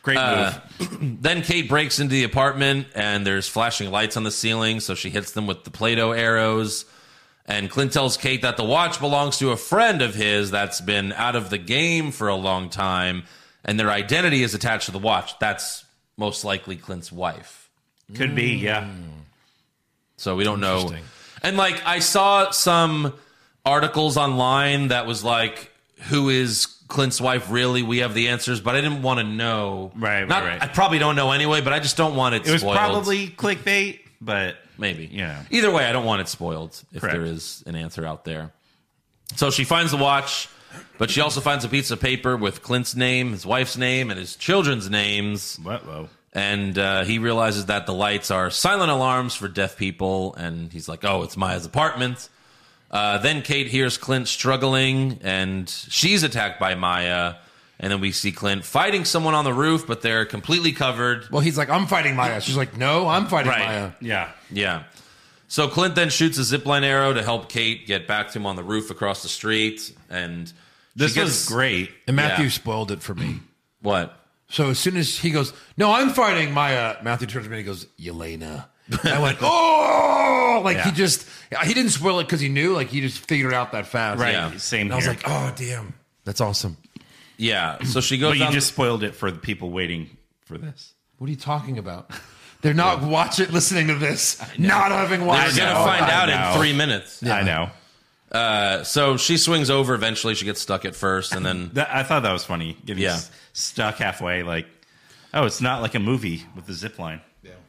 [SPEAKER 5] Great move.
[SPEAKER 3] Uh, Then Kate breaks into the apartment and there's flashing lights on the ceiling, so she hits them with the Play Doh arrows. And Clint tells Kate that the watch belongs to a friend of his that's been out of the game for a long time, and their identity is attached to the watch. That's most likely Clint's wife.
[SPEAKER 5] Could be, yeah.
[SPEAKER 3] So we don't know. And like, I saw some articles online that was like, who is Clint's wife really? We have the answers, but I didn't want to know.
[SPEAKER 5] Right, right,
[SPEAKER 3] Not-
[SPEAKER 5] right.
[SPEAKER 3] I probably don't know anyway, but I just don't want it,
[SPEAKER 5] It was
[SPEAKER 3] mm, spoiled.
[SPEAKER 5] probably clickbait, but
[SPEAKER 3] Maybe.
[SPEAKER 5] You know.
[SPEAKER 3] Either way, I don't want it spoiled if
[SPEAKER 5] Correct.
[SPEAKER 3] there is an answer out there. So she finds the watch, but she also finds a piece of paper with Clint's name, his wife's name, and his children's names.
[SPEAKER 5] what whoa.
[SPEAKER 3] And uh, he realizes that the lights are silent alarms for deaf people. And he's like, oh, it's Maya's apartment. Uh, then Kate hears Clint struggling, and she's attacked by Maya. And then we see Clint fighting someone on the roof, but they're completely covered.
[SPEAKER 4] Well, he's like, I'm fighting Maya. She's like, No, I'm fighting
[SPEAKER 3] Right.
[SPEAKER 4] Maya.
[SPEAKER 5] Yeah.
[SPEAKER 3] Yeah. So Clint then shoots a zipline arrow to help Kate get back to him on the roof across the street. And
[SPEAKER 5] This
[SPEAKER 3] gets-
[SPEAKER 5] was great.
[SPEAKER 4] And Matthew
[SPEAKER 3] Yeah.
[SPEAKER 4] spoiled it for me.
[SPEAKER 3] What?
[SPEAKER 4] So as soon as he goes, no, I'm fighting my uh, Matthew turns to me and he goes, Yelena. And I went, oh, like he just he didn't spoil it because he knew, like he just figured it out that fast.
[SPEAKER 5] Right.
[SPEAKER 3] Yeah.
[SPEAKER 5] Same
[SPEAKER 4] And
[SPEAKER 5] here.
[SPEAKER 4] I was like, oh damn, that's awesome.
[SPEAKER 3] Yeah. So she goes.
[SPEAKER 5] but you
[SPEAKER 3] down-
[SPEAKER 5] just spoiled it for the people waiting for this.
[SPEAKER 4] What are you talking about? They're not watching, listening to this, not having
[SPEAKER 3] They're
[SPEAKER 4] watched.
[SPEAKER 3] gonna
[SPEAKER 4] it.
[SPEAKER 3] find
[SPEAKER 5] Oh, I
[SPEAKER 3] out
[SPEAKER 5] know.
[SPEAKER 3] in three minutes.
[SPEAKER 5] I know.
[SPEAKER 3] So she swings over. Eventually, she gets stuck at first, and then
[SPEAKER 5] That, I thought that was funny. Getting
[SPEAKER 3] Yeah.
[SPEAKER 5] s- stuck halfway, like, oh, it's not like a movie with the zip line.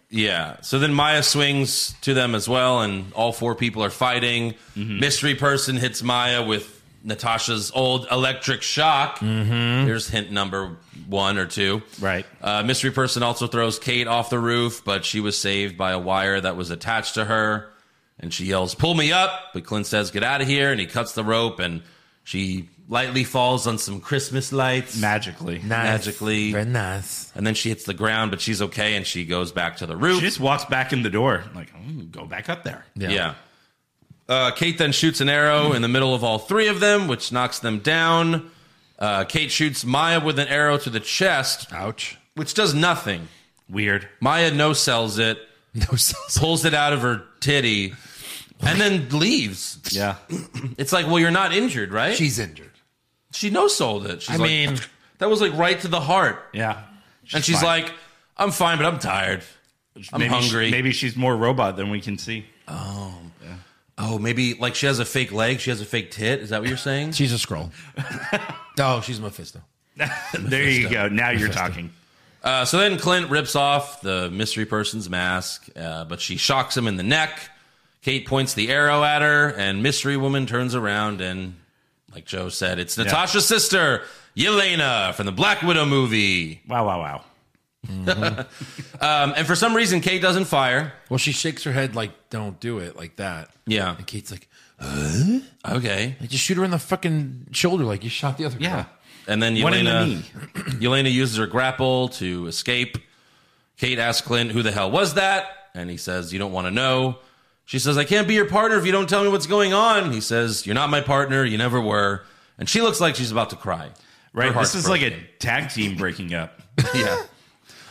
[SPEAKER 3] Yeah. So then Maya swings to them as well, and all four people are fighting. Mystery person hits Maya with Natasha's old electric shock. Mm-hmm. Here's hint number one or two.
[SPEAKER 5] Right.
[SPEAKER 3] Uh, mystery person also throws Kate off the roof, but she was saved by a wire that was attached to her. And she yells, Pull me up. But Clint says, Get out of here. And he cuts the rope, and she lightly falls on some Christmas lights
[SPEAKER 5] Magically.
[SPEAKER 3] magically.
[SPEAKER 4] Very nice.
[SPEAKER 3] And then she hits the ground, but she's okay, and she goes back to the roof.
[SPEAKER 5] She just walks back in the door. Like, "Oh, go back up there.
[SPEAKER 3] Yeah. Uh, Kate then shoots an arrow in the middle of all three of them, which knocks them down. Uh, Kate shoots Maya with an arrow to the chest,
[SPEAKER 4] Ouch.
[SPEAKER 3] which does nothing.
[SPEAKER 5] Weird.
[SPEAKER 3] Maya no sells it,
[SPEAKER 4] No sense.
[SPEAKER 3] pulls it out of her titty, and then leaves.
[SPEAKER 5] Yeah.
[SPEAKER 3] It's like, well, you're not injured, right? She,
[SPEAKER 4] She's injured.
[SPEAKER 3] no sold it. She's
[SPEAKER 4] I
[SPEAKER 3] like,
[SPEAKER 4] mean-
[SPEAKER 3] that was like right to the heart.
[SPEAKER 5] Yeah.
[SPEAKER 3] and she's
[SPEAKER 5] fine.
[SPEAKER 3] like, I'm fine, but I'm tired. I'm
[SPEAKER 5] maybe she-
[SPEAKER 3] hungry.
[SPEAKER 5] maybe she's more robot than we can see.
[SPEAKER 3] Oh, maybe like she has a fake leg. She has a fake tit. Is that what you're saying?
[SPEAKER 4] She's a scroll. oh, she's Mephisto.
[SPEAKER 5] there you go. Now you're talking.
[SPEAKER 3] Uh, so then Clint rips off the mystery person's mask, uh, but she shocks him in the neck. Kate points the arrow at her, and mystery woman turns around and, like Joe said, it's Natasha's sister, Yelena from the Black Widow movie.
[SPEAKER 5] Wow, wow, wow.
[SPEAKER 3] Um, and for some reason, Kate doesn't fire.
[SPEAKER 4] Well, she shakes her head like, "Don't do it," like that.
[SPEAKER 3] Yeah.
[SPEAKER 4] And Kate's like,
[SPEAKER 3] Okay.
[SPEAKER 4] "Like, just shoot her in the fucking shoulder, like you shot the other."
[SPEAKER 5] Yeah.
[SPEAKER 4] girl."
[SPEAKER 3] And then
[SPEAKER 5] One in the
[SPEAKER 3] Yelena,
[SPEAKER 5] knee.
[SPEAKER 3] Yelena uses her grapple to escape. Kate asks Clint, "Who the hell was that?" And he says, "You don't want to know." She says, "I can't be your partner if you don't tell me what's going on." He says, "You're not my partner. You never were." And she looks like she's about to cry.
[SPEAKER 5] Right.
[SPEAKER 3] heart's
[SPEAKER 5] This is like a tag team breaking up.
[SPEAKER 3] Yeah.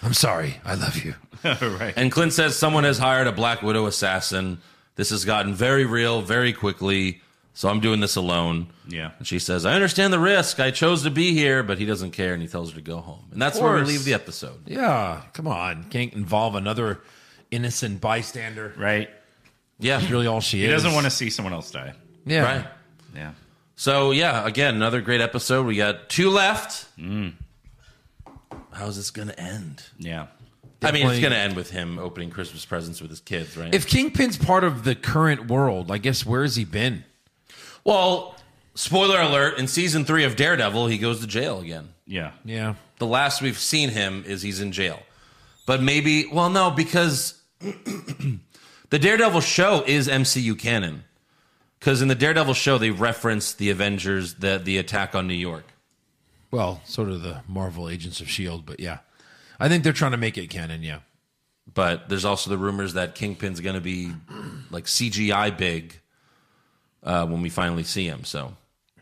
[SPEAKER 4] I'm sorry. I love you.
[SPEAKER 5] right.
[SPEAKER 3] And Clint says, "Someone has hired a Black Widow assassin. This has gotten very real very quickly. So I'm doing this alone."
[SPEAKER 5] Yeah.
[SPEAKER 3] And she says, "I understand the risk. I chose to be here, but he doesn't care." And he tells her to go home. And that's where we
[SPEAKER 5] course.
[SPEAKER 3] leave the episode.
[SPEAKER 4] Yeah. Come on. Can't involve another innocent bystander.
[SPEAKER 5] Right.
[SPEAKER 3] Yeah.
[SPEAKER 4] That's really all she
[SPEAKER 5] He
[SPEAKER 4] is.
[SPEAKER 5] doesn't want to see someone else die.
[SPEAKER 4] Yeah.
[SPEAKER 3] Right.
[SPEAKER 5] Yeah.
[SPEAKER 3] So yeah, again, another great episode. We got two left. How's this gonna end?
[SPEAKER 5] Yeah.
[SPEAKER 3] I mean, it's
[SPEAKER 4] Definitely-
[SPEAKER 3] gonna end with him opening Christmas presents with his kids, right?
[SPEAKER 4] If Kingpin's part of the current world, I guess where has he been?
[SPEAKER 3] well, spoiler alert: in season three of Daredevil, he goes to jail again.
[SPEAKER 5] Yeah.
[SPEAKER 4] Yeah.
[SPEAKER 3] The last we've seen him is he's in jail, but maybe well, no, because the Daredevil show is MCU canon. Because in the Daredevil show, they reference the Avengers, the the attack on New York.
[SPEAKER 4] Well, sort of the Marvel Agents of
[SPEAKER 8] E
[SPEAKER 4] Shield, but yeah, I think they're trying to make it canon. Yeah.
[SPEAKER 3] but there's also the rumors that Kingpin's going to be like CGI big uh, when we finally see him. So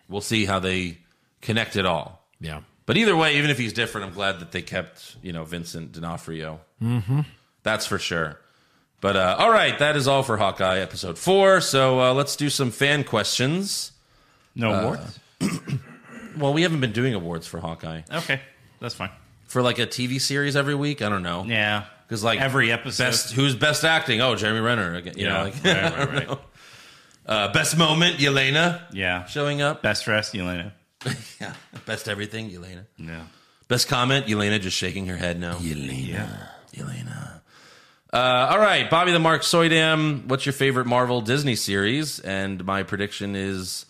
[SPEAKER 3] we'll see how they connect it all.
[SPEAKER 4] Yeah.
[SPEAKER 3] But either way, even if he's different, I'm glad that they kept you know Vincent D'Onofrio. Mm-hmm. That's for sure. But uh, all right, that is all for Hawkeye episode four. So uh, let's do some fan questions.
[SPEAKER 5] No
[SPEAKER 3] Uh,
[SPEAKER 5] awards?
[SPEAKER 3] Well, we haven't been doing awards for Hawkeye
[SPEAKER 5] Okay. That's fine.
[SPEAKER 3] for like a TV series every week. I don't know.
[SPEAKER 5] Yeah.
[SPEAKER 3] Because like
[SPEAKER 5] every episode.
[SPEAKER 3] best who's best acting? Oh, Jeremy Renner. Again, you
[SPEAKER 5] yeah.
[SPEAKER 3] know, like,
[SPEAKER 5] right, right, right.
[SPEAKER 3] Uh, best moment, Yelena
[SPEAKER 5] yeah.
[SPEAKER 3] showing up.
[SPEAKER 5] Best dressed, Yelena.
[SPEAKER 3] Yeah. Best everything, Yelena.
[SPEAKER 5] Yeah.
[SPEAKER 3] Best comment, Yelena just shaking her head no. Yelena.
[SPEAKER 5] Yeah.
[SPEAKER 3] Yelena. Uh, all right, Bobby the Mark Soydam, what's your favorite Marvel Disney series? And my prediction is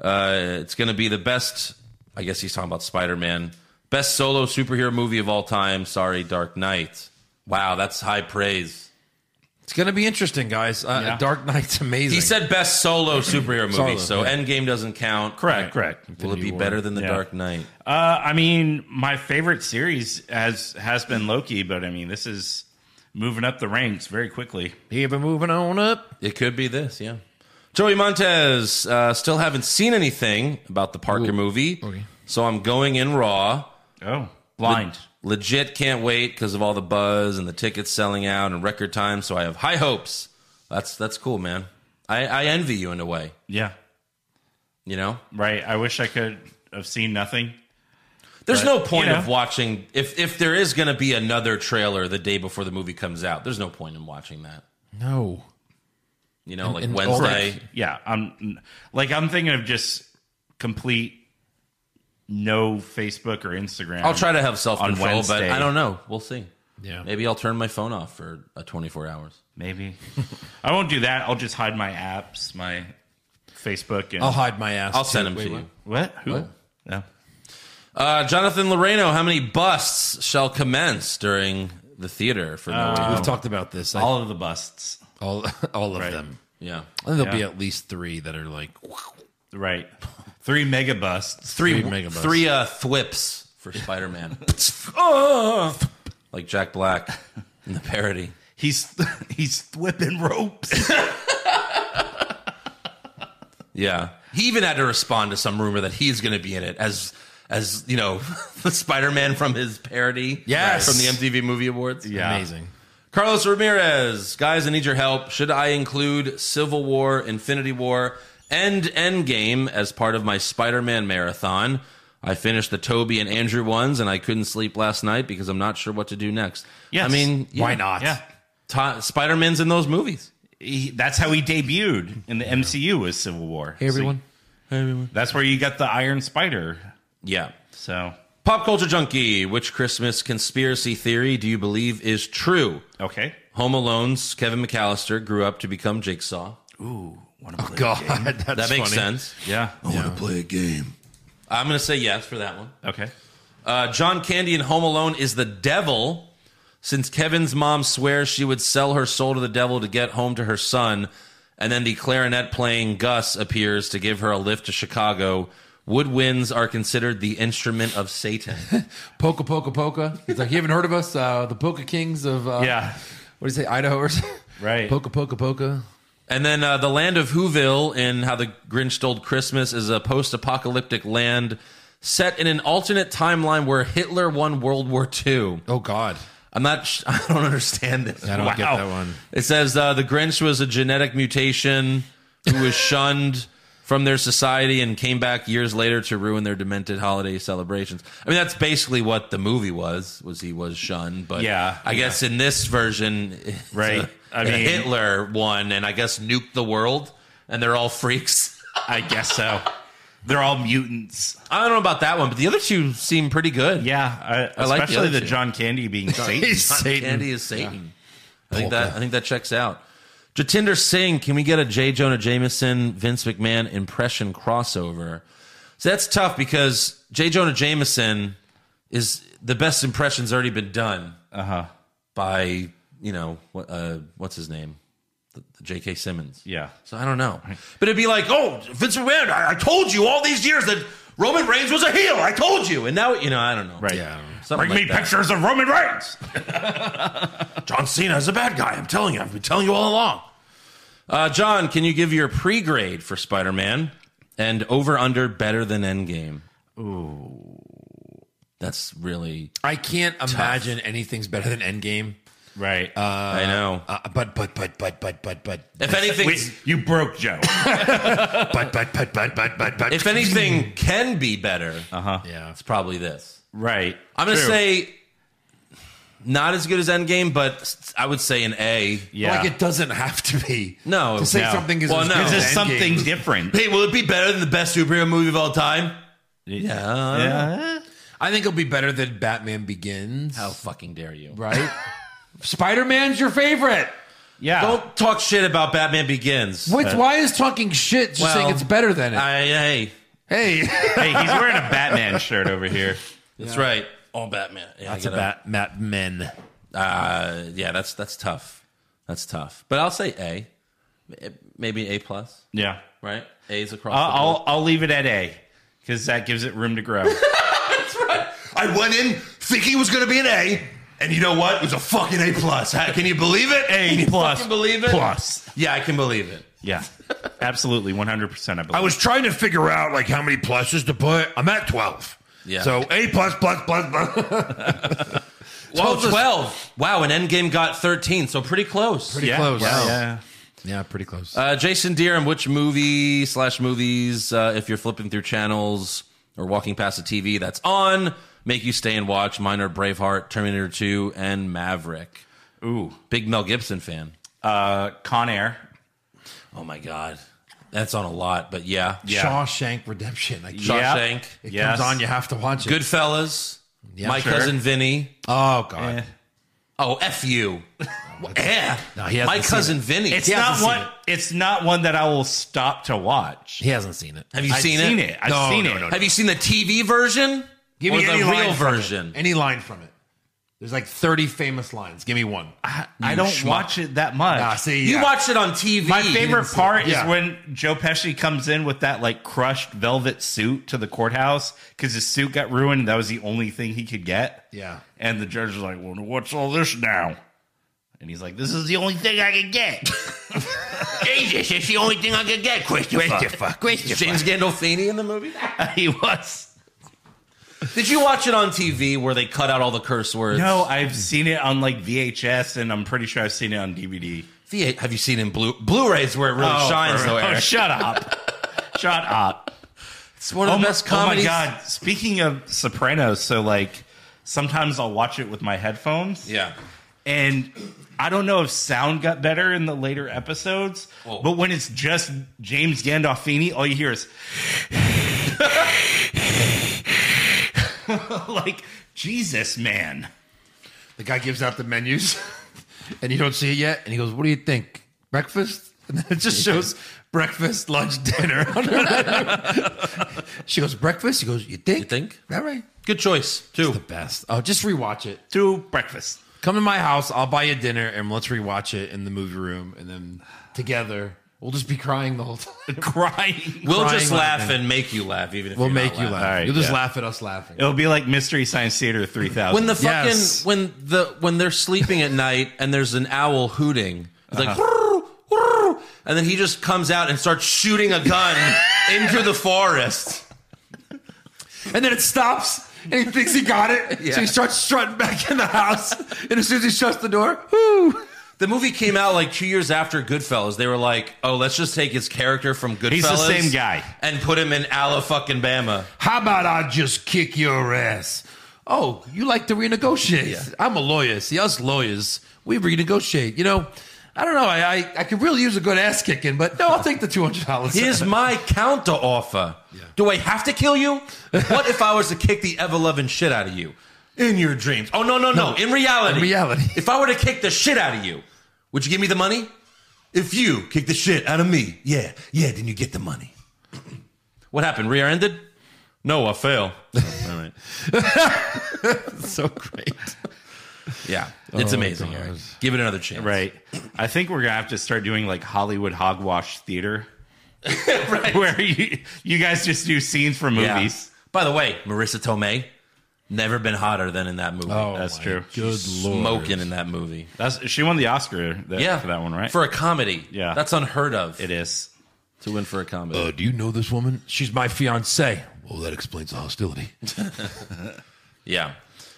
[SPEAKER 3] uh, it's going to be the best, I guess he's talking about Spider Man, best solo superhero movie of all time. Sorry, Dark Knight. Wow, that's high praise.
[SPEAKER 4] It's gonna be interesting, guys. Uh,
[SPEAKER 5] Yeah.
[SPEAKER 4] Dark Knight's amazing.
[SPEAKER 3] He said best solo superhero movie,
[SPEAKER 4] Solo,
[SPEAKER 3] so
[SPEAKER 4] yeah.
[SPEAKER 3] Endgame doesn't count.
[SPEAKER 5] Correct, correct.
[SPEAKER 3] Will it be better than The
[SPEAKER 5] Yeah.
[SPEAKER 3] Dark Knight?
[SPEAKER 5] Uh, I mean, my favorite series has has been Loki, but I mean, this is moving up the ranks very quickly.
[SPEAKER 4] "He been moving on up."
[SPEAKER 3] It could be this, yeah. Joey Montez, uh, still haven't seen anything about the Parker movie. So I'm going in raw.
[SPEAKER 5] Oh, blind.
[SPEAKER 3] Legit can't wait because of all the buzz and the tickets selling out in record time. So I have high hopes. That's that's cool, man. I, I envy you in a way,
[SPEAKER 5] yeah.
[SPEAKER 3] you know?
[SPEAKER 5] Right. I wish I could have seen nothing.
[SPEAKER 3] There's
[SPEAKER 5] But,
[SPEAKER 3] no point
[SPEAKER 5] you know.
[SPEAKER 3] of watching if if there is gonna be another trailer the day before the movie comes out, there's no point in watching that.
[SPEAKER 8] No.
[SPEAKER 3] You know, like
[SPEAKER 8] and all
[SPEAKER 3] Wednesday.
[SPEAKER 5] Yeah. I'm like I'm thinking of just complete no Facebook or Instagram.
[SPEAKER 3] I'll try to have self
[SPEAKER 5] On
[SPEAKER 3] control, but
[SPEAKER 5] Wednesday.
[SPEAKER 3] I don't know. We'll see.
[SPEAKER 8] Yeah.
[SPEAKER 3] Maybe I'll turn my phone off for uh, 24 hours.
[SPEAKER 5] Maybe. I won't do that. I'll just hide my apps, my Facebook and
[SPEAKER 8] I'll hide my ass.
[SPEAKER 3] I'll
[SPEAKER 8] too.
[SPEAKER 3] send them
[SPEAKER 8] Wait,
[SPEAKER 3] to
[SPEAKER 8] what?
[SPEAKER 3] you.
[SPEAKER 5] what? Who? No.
[SPEAKER 3] Uh, Jonathan Loreno, how many busts shall commence during the theater for no reason?
[SPEAKER 8] We've talked about this. I-
[SPEAKER 5] All of the busts.
[SPEAKER 8] all, all of
[SPEAKER 5] Right.
[SPEAKER 8] them.
[SPEAKER 3] Yeah.
[SPEAKER 8] I think there'll be
[SPEAKER 5] Yeah.
[SPEAKER 8] at least three that are like
[SPEAKER 5] Right. Three mega busts.
[SPEAKER 8] three,
[SPEAKER 3] Three,
[SPEAKER 8] megabytes.
[SPEAKER 3] three uh, thwips for Spider Man.
[SPEAKER 8] Ah!
[SPEAKER 3] like Jack Black in the parody.
[SPEAKER 5] He's he's whipping ropes.
[SPEAKER 3] Yeah. He even had to respond to some rumor that he's going to be in it as. As you know, the Spider-Man from his parody,
[SPEAKER 8] Yes.
[SPEAKER 3] from the MTV Movie Awards.
[SPEAKER 5] Yeah.
[SPEAKER 8] Amazing.
[SPEAKER 3] Carlos Ramirez, guys, I need your help. Should I include Civil War, Infinity War, and Endgame as part of my Spider Man marathon? I finished the Toby and Andrew ones, and I couldn't sleep last night because I'm not sure what to do next.
[SPEAKER 5] Yes.
[SPEAKER 3] I mean,
[SPEAKER 8] Why not?
[SPEAKER 5] Yeah.
[SPEAKER 3] Spider Man's in those movies.
[SPEAKER 5] He, that's how he debuted in the MCU was Civil War.
[SPEAKER 8] Hey everyone.
[SPEAKER 5] That's where you got the Iron Spider.
[SPEAKER 3] Yeah.
[SPEAKER 5] So
[SPEAKER 3] Pop culture junkie, which Christmas conspiracy theory do you believe is true?
[SPEAKER 5] okay.
[SPEAKER 3] Home Alone's Kevin McAllister grew up to become Jigsaw.
[SPEAKER 8] Oh God, that's
[SPEAKER 3] That makes
[SPEAKER 8] funny.
[SPEAKER 3] sense.
[SPEAKER 5] Yeah.
[SPEAKER 7] I want to play a game.
[SPEAKER 3] I'm going to say yes for that one.
[SPEAKER 5] Okay.
[SPEAKER 3] Uh, John Candy in Home Alone is the devil, since Kevin's mom swears she would sell her soul to the devil to get home to her son. And then the clarinet playing Gus appears to give her a lift to Chicago. Woodwinds are considered the instrument of Satan.
[SPEAKER 8] Poka Poka Poka. He's like, you haven't heard of us? Uh, the Poka Kings of uh,
[SPEAKER 5] Yeah.
[SPEAKER 8] What do you say, Idaho or something?
[SPEAKER 5] Right.
[SPEAKER 8] Poka Poka Poka.
[SPEAKER 3] and then uh, the land of Whoville in How the Grinch Stole Christmas is a post apocalyptic land set in an alternate timeline where Hitler won World War II.
[SPEAKER 8] Oh God,
[SPEAKER 3] I'm not, sh- I don't understand this.
[SPEAKER 8] I don't
[SPEAKER 5] Wow.
[SPEAKER 8] get that one.
[SPEAKER 3] It says uh, the Grinch was a genetic mutation who was shunned from their society and came back years later to ruin their demented holiday celebrations. I mean, that's basically what the movie was. Was he was shunned? But
[SPEAKER 5] Yeah,
[SPEAKER 3] I guess in this version, it's
[SPEAKER 5] Right.
[SPEAKER 3] a-
[SPEAKER 5] I
[SPEAKER 3] a
[SPEAKER 5] mean-
[SPEAKER 3] Hitler won, and I guess nuked the world, and they're all freaks.
[SPEAKER 5] I guess so. They're all mutants.
[SPEAKER 3] I don't know about that one, but the other two seem pretty good.
[SPEAKER 5] Yeah. I,
[SPEAKER 3] I like the
[SPEAKER 5] especially
[SPEAKER 3] other
[SPEAKER 5] the,
[SPEAKER 3] two.
[SPEAKER 5] John Candy being Satan.
[SPEAKER 3] John Candy is Satan. I think that I think that checks out. Jatinder Singh, can we get a J. Jonah Jameson, Vince McMahon impression crossover? So that's tough because J. Jonah Jameson is the best impression's already been done. Uh huh.
[SPEAKER 5] Uh-huh.
[SPEAKER 3] By you know what, uh, what's his name, the, the J.K. Simmons.
[SPEAKER 5] Yeah.
[SPEAKER 3] So I don't know. But it'd be like, oh, Vince McMahon, I, I told you all these years that Roman Reigns was a heel. I told you, and now you know I don't know.
[SPEAKER 5] Right.
[SPEAKER 3] Something
[SPEAKER 5] Bring
[SPEAKER 3] like
[SPEAKER 5] me
[SPEAKER 3] that.
[SPEAKER 5] pictures of Roman Reigns.
[SPEAKER 7] John Cena is a bad guy. I'm telling you. I've been telling you all along.
[SPEAKER 3] Uh, John, can you give your pre grade for Spider Man and over under better than Endgame? Ooh. That's really.
[SPEAKER 8] I can't imagine anything's better than Endgame.
[SPEAKER 5] Right.
[SPEAKER 3] I know.
[SPEAKER 8] Uh, but but but but but but but
[SPEAKER 3] if anything,
[SPEAKER 5] Wait, you broke Joe.
[SPEAKER 8] but but but but but but but.
[SPEAKER 3] if anything can be better,
[SPEAKER 8] yeah,
[SPEAKER 3] it's probably this.
[SPEAKER 5] uh-huh. right.
[SPEAKER 3] I'm going to
[SPEAKER 5] True.
[SPEAKER 3] say not as good as Endgame, but s- I would say an A.
[SPEAKER 5] yeah.
[SPEAKER 8] like it doesn't have to be.
[SPEAKER 3] No,
[SPEAKER 8] to say
[SPEAKER 5] no.
[SPEAKER 8] something is
[SPEAKER 3] Well,
[SPEAKER 8] as
[SPEAKER 3] no.
[SPEAKER 8] good
[SPEAKER 5] Is
[SPEAKER 8] as
[SPEAKER 5] this
[SPEAKER 8] Endgame.
[SPEAKER 5] something different?
[SPEAKER 3] Hey, will it be better than the best superhero movie of all time? Yeah.
[SPEAKER 5] Yeah.
[SPEAKER 8] I think it'll be better than Batman Begins.
[SPEAKER 3] How fucking dare you?
[SPEAKER 8] Right. Spider Man's your favorite.
[SPEAKER 5] Yeah.
[SPEAKER 3] Don't talk shit about Batman Begins.
[SPEAKER 8] Which, why is talking shit just
[SPEAKER 3] Well,
[SPEAKER 8] saying it's better than it?
[SPEAKER 3] I, hey,
[SPEAKER 8] hey,
[SPEAKER 5] hey, he's wearing a Batman shirt over here.
[SPEAKER 3] that's right. All Oh, Batman. Yeah, I
[SPEAKER 8] it's a
[SPEAKER 3] gotta-
[SPEAKER 8] bat, bat men.
[SPEAKER 3] Uh, yeah, that's that's tough. That's tough. But I'll say A, M- maybe A plus.
[SPEAKER 5] Yeah.
[SPEAKER 3] Right? A's across.
[SPEAKER 5] I'll,
[SPEAKER 3] the board.
[SPEAKER 5] I'll, I'll leave it at A because that gives it room to grow.
[SPEAKER 7] I went in thinking it was going to be an A, and you know
[SPEAKER 4] Eh.
[SPEAKER 7] what? It was a fucking A plus. How- Can you believe it?
[SPEAKER 5] A plus.
[SPEAKER 3] believe it?
[SPEAKER 5] Plus.
[SPEAKER 3] Yeah, I can believe it.
[SPEAKER 5] Yeah, absolutely, one hundred percent. I believe.
[SPEAKER 6] I was trying to figure out like how many pluses to put. I'm at twelve.
[SPEAKER 3] Yeah.
[SPEAKER 6] So A plus plus plus plus.
[SPEAKER 3] Well,
[SPEAKER 6] 12 is-
[SPEAKER 3] 12. Wow, and Endgame got 13, so pretty close.
[SPEAKER 4] Pretty close.
[SPEAKER 5] Yeah, yeah.
[SPEAKER 4] Yeah, pretty close.
[SPEAKER 3] Uh, Jason Deere, in which movie slash movies, uh, if you're flipping through channels or walking past a TV that's on, make you stay and watch? Mine are Braveheart, Terminator 2, and Maverick.
[SPEAKER 5] Ooh,
[SPEAKER 3] Big Mel Gibson fan.
[SPEAKER 5] uh, Con Air.
[SPEAKER 3] Oh my God. That's on a lot, but yeah.
[SPEAKER 5] Yeah.
[SPEAKER 4] Shawshank Redemption. Like,
[SPEAKER 5] Yeah.
[SPEAKER 3] Shawshank,
[SPEAKER 4] It
[SPEAKER 5] Yes.
[SPEAKER 4] comes on, you have to watch it.
[SPEAKER 3] Goodfellas,
[SPEAKER 4] Yeah,
[SPEAKER 3] My
[SPEAKER 4] sure.
[SPEAKER 3] Cousin Vinny.
[SPEAKER 4] Oh god.
[SPEAKER 5] Eh.
[SPEAKER 3] Oh, F you. yeah.
[SPEAKER 4] No, he hasn't
[SPEAKER 3] My
[SPEAKER 4] seen
[SPEAKER 3] Cousin Vinny.
[SPEAKER 5] It's
[SPEAKER 4] He hasn't
[SPEAKER 5] not
[SPEAKER 4] seen
[SPEAKER 5] one. It's not one that I will stop to watch.
[SPEAKER 4] He hasn't seen it.
[SPEAKER 3] Have you
[SPEAKER 5] I've
[SPEAKER 3] seen,
[SPEAKER 5] seen
[SPEAKER 3] it?
[SPEAKER 5] it. I've
[SPEAKER 4] No,
[SPEAKER 5] seen
[SPEAKER 4] no,
[SPEAKER 5] it.
[SPEAKER 3] Have you seen the TV version?
[SPEAKER 4] Give
[SPEAKER 3] or
[SPEAKER 4] me
[SPEAKER 3] the
[SPEAKER 4] any
[SPEAKER 3] real
[SPEAKER 4] line from it.
[SPEAKER 3] version?
[SPEAKER 4] Any line from it. There's like 30 famous lines. Give me one.
[SPEAKER 5] I, I don't watch it that much.
[SPEAKER 4] Ah, see,
[SPEAKER 3] You
[SPEAKER 4] yeah.
[SPEAKER 3] watched it on TV.
[SPEAKER 5] My favorite part
[SPEAKER 4] Yeah.
[SPEAKER 5] is when Joe Pesci comes in with that like crushed velvet suit to the courthouse because his suit got ruined. That was the only thing he could get.
[SPEAKER 4] Yeah.
[SPEAKER 5] And the judge was like, well, what's all this now? And he's like, this is the only thing I can get.
[SPEAKER 11] Jesus, it's the only thing I could get, Christopher.
[SPEAKER 3] James Gandolfini in the movie.
[SPEAKER 5] he was.
[SPEAKER 3] Did you watch it on TV where they cut out all the curse words?
[SPEAKER 5] No, I've seen it on like VHS and I'm pretty sure I've seen it on DVD.
[SPEAKER 3] V8, have you seen in Blu Blu-rays where it really shines though?
[SPEAKER 5] Oh,
[SPEAKER 3] Eric?
[SPEAKER 5] shut up. shut up. Oh,
[SPEAKER 3] It's one of
[SPEAKER 4] Oh
[SPEAKER 3] the
[SPEAKER 5] my-
[SPEAKER 3] best comedies.
[SPEAKER 5] my god! Speaking of Sopranos, so like sometimes I'll watch it with my headphones.
[SPEAKER 3] Yeah.
[SPEAKER 5] and I don't know if sound got better in the later episodes,
[SPEAKER 3] Whoa.
[SPEAKER 5] but when it's just James Gandolfini, all you hear is like Jesus, man.
[SPEAKER 4] The guy gives out the menus and you don't see it yet. And he goes, What do you think? Breakfast? And then it just shows breakfast, lunch, dinner. on her menu. she goes, Breakfast? He goes, You think?
[SPEAKER 3] You think?
[SPEAKER 4] All right.
[SPEAKER 3] Good choice too.
[SPEAKER 4] The best. Oh, just rewatch it.
[SPEAKER 5] To breakfast.
[SPEAKER 4] Come to my house. I'll buy you dinner and let's rewatch it in the movie room. And then together, we'll just be crying the whole time.
[SPEAKER 5] Crying.
[SPEAKER 3] We'll
[SPEAKER 4] Crying
[SPEAKER 3] just
[SPEAKER 4] like
[SPEAKER 3] laugh
[SPEAKER 4] that.
[SPEAKER 3] and make you laugh, even if
[SPEAKER 4] We'll
[SPEAKER 3] you're
[SPEAKER 4] make
[SPEAKER 3] not
[SPEAKER 4] you
[SPEAKER 3] laughing.
[SPEAKER 4] laugh.
[SPEAKER 5] All right,
[SPEAKER 4] You'll just
[SPEAKER 5] yeah.
[SPEAKER 4] laugh at us laughing.
[SPEAKER 5] It'll be like Mystery Science Theater 3000.
[SPEAKER 3] When the fucking
[SPEAKER 4] Yes.
[SPEAKER 3] when the when they're sleeping at night and there's an owl hooting, it's like
[SPEAKER 5] Uh-huh.
[SPEAKER 3] "Whirr, whirr," and then he just comes out and starts shooting a gun into the forest.
[SPEAKER 4] And then it stops, and he thinks he got it. So he starts strutting back in the house. And as soon as he shuts the door, whoo!
[SPEAKER 3] The movie came out like two years after Goodfellas. They were like, "Oh, let's just take his character from Goodfellas,
[SPEAKER 5] the same guy.
[SPEAKER 3] and put him in Alabama."
[SPEAKER 6] How about I just kick your ass?
[SPEAKER 4] Oh, you like to renegotiate. I'm a lawyer. See, us lawyers, we renegotiate. You know, I don't know. I, I, I could really use a good ass kicking, but no, I'll take the $200.
[SPEAKER 3] Here's my counter offer. Do I have to kill you? What if I was to kick the ever loving shit out of you? In your dreams. Oh, no, no, no. In reality.
[SPEAKER 4] In reality.
[SPEAKER 3] If I were to kick the shit out of you, would you give me the money? If you kick the shit out of me, yeah, yeah, then you get the money. what happened? Rear ended? No, I fail. all right.
[SPEAKER 4] so great.
[SPEAKER 3] Yeah. It's
[SPEAKER 4] Oh,
[SPEAKER 3] amazing. Eric.
[SPEAKER 4] God.
[SPEAKER 3] Give it another chance.
[SPEAKER 5] Right. I think we're gonna have to start doing like Hollywood hogwash theater, where you you guys just do scenes from
[SPEAKER 3] Yeah.
[SPEAKER 5] movies.
[SPEAKER 3] By the way, Marissa Tomei, never been hotter than in that movie.
[SPEAKER 5] That's true.
[SPEAKER 4] Good
[SPEAKER 3] Smoking in that movie.
[SPEAKER 5] That's she won the Oscar that,
[SPEAKER 3] Yeah.
[SPEAKER 5] for that one, right?
[SPEAKER 3] For a comedy.
[SPEAKER 5] Yeah.
[SPEAKER 3] That's unheard of.
[SPEAKER 5] it is.
[SPEAKER 3] to win for a comedy.
[SPEAKER 6] Uh, do you know this woman? She's my fiance. Well, that explains the hostility.
[SPEAKER 3] Yeah.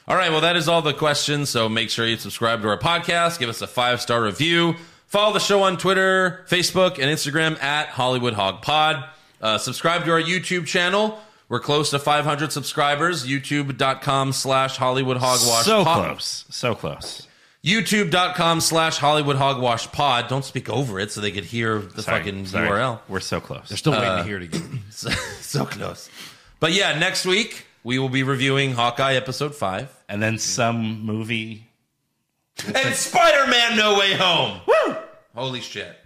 [SPEAKER 3] All right. Well, that is all the questions. So make sure you subscribe to our podcast. Give us a five star review. Follow the show on Twitter, Facebook, and Instagram at Hollywood Hog Pod. Uh, subscribe to our YouTube channel. We're close to 500 subscribers. YouTube.com slash Hollywood Hogwash
[SPEAKER 5] So
[SPEAKER 3] Pod.
[SPEAKER 5] close. So close.
[SPEAKER 3] YouTube.com slash Hollywood Hogwash Pod. Don't speak over it so they could hear the
[SPEAKER 5] Sorry,
[SPEAKER 3] fucking
[SPEAKER 5] sorry.
[SPEAKER 3] URL.
[SPEAKER 5] We're so close.
[SPEAKER 4] Still waiting to hear it again.
[SPEAKER 3] So, so close. But yeah, next week we will be reviewing Hawkeye Episode 5.
[SPEAKER 5] And then some movie.
[SPEAKER 3] and Spider Man No Way Home. Woo! Holy shit.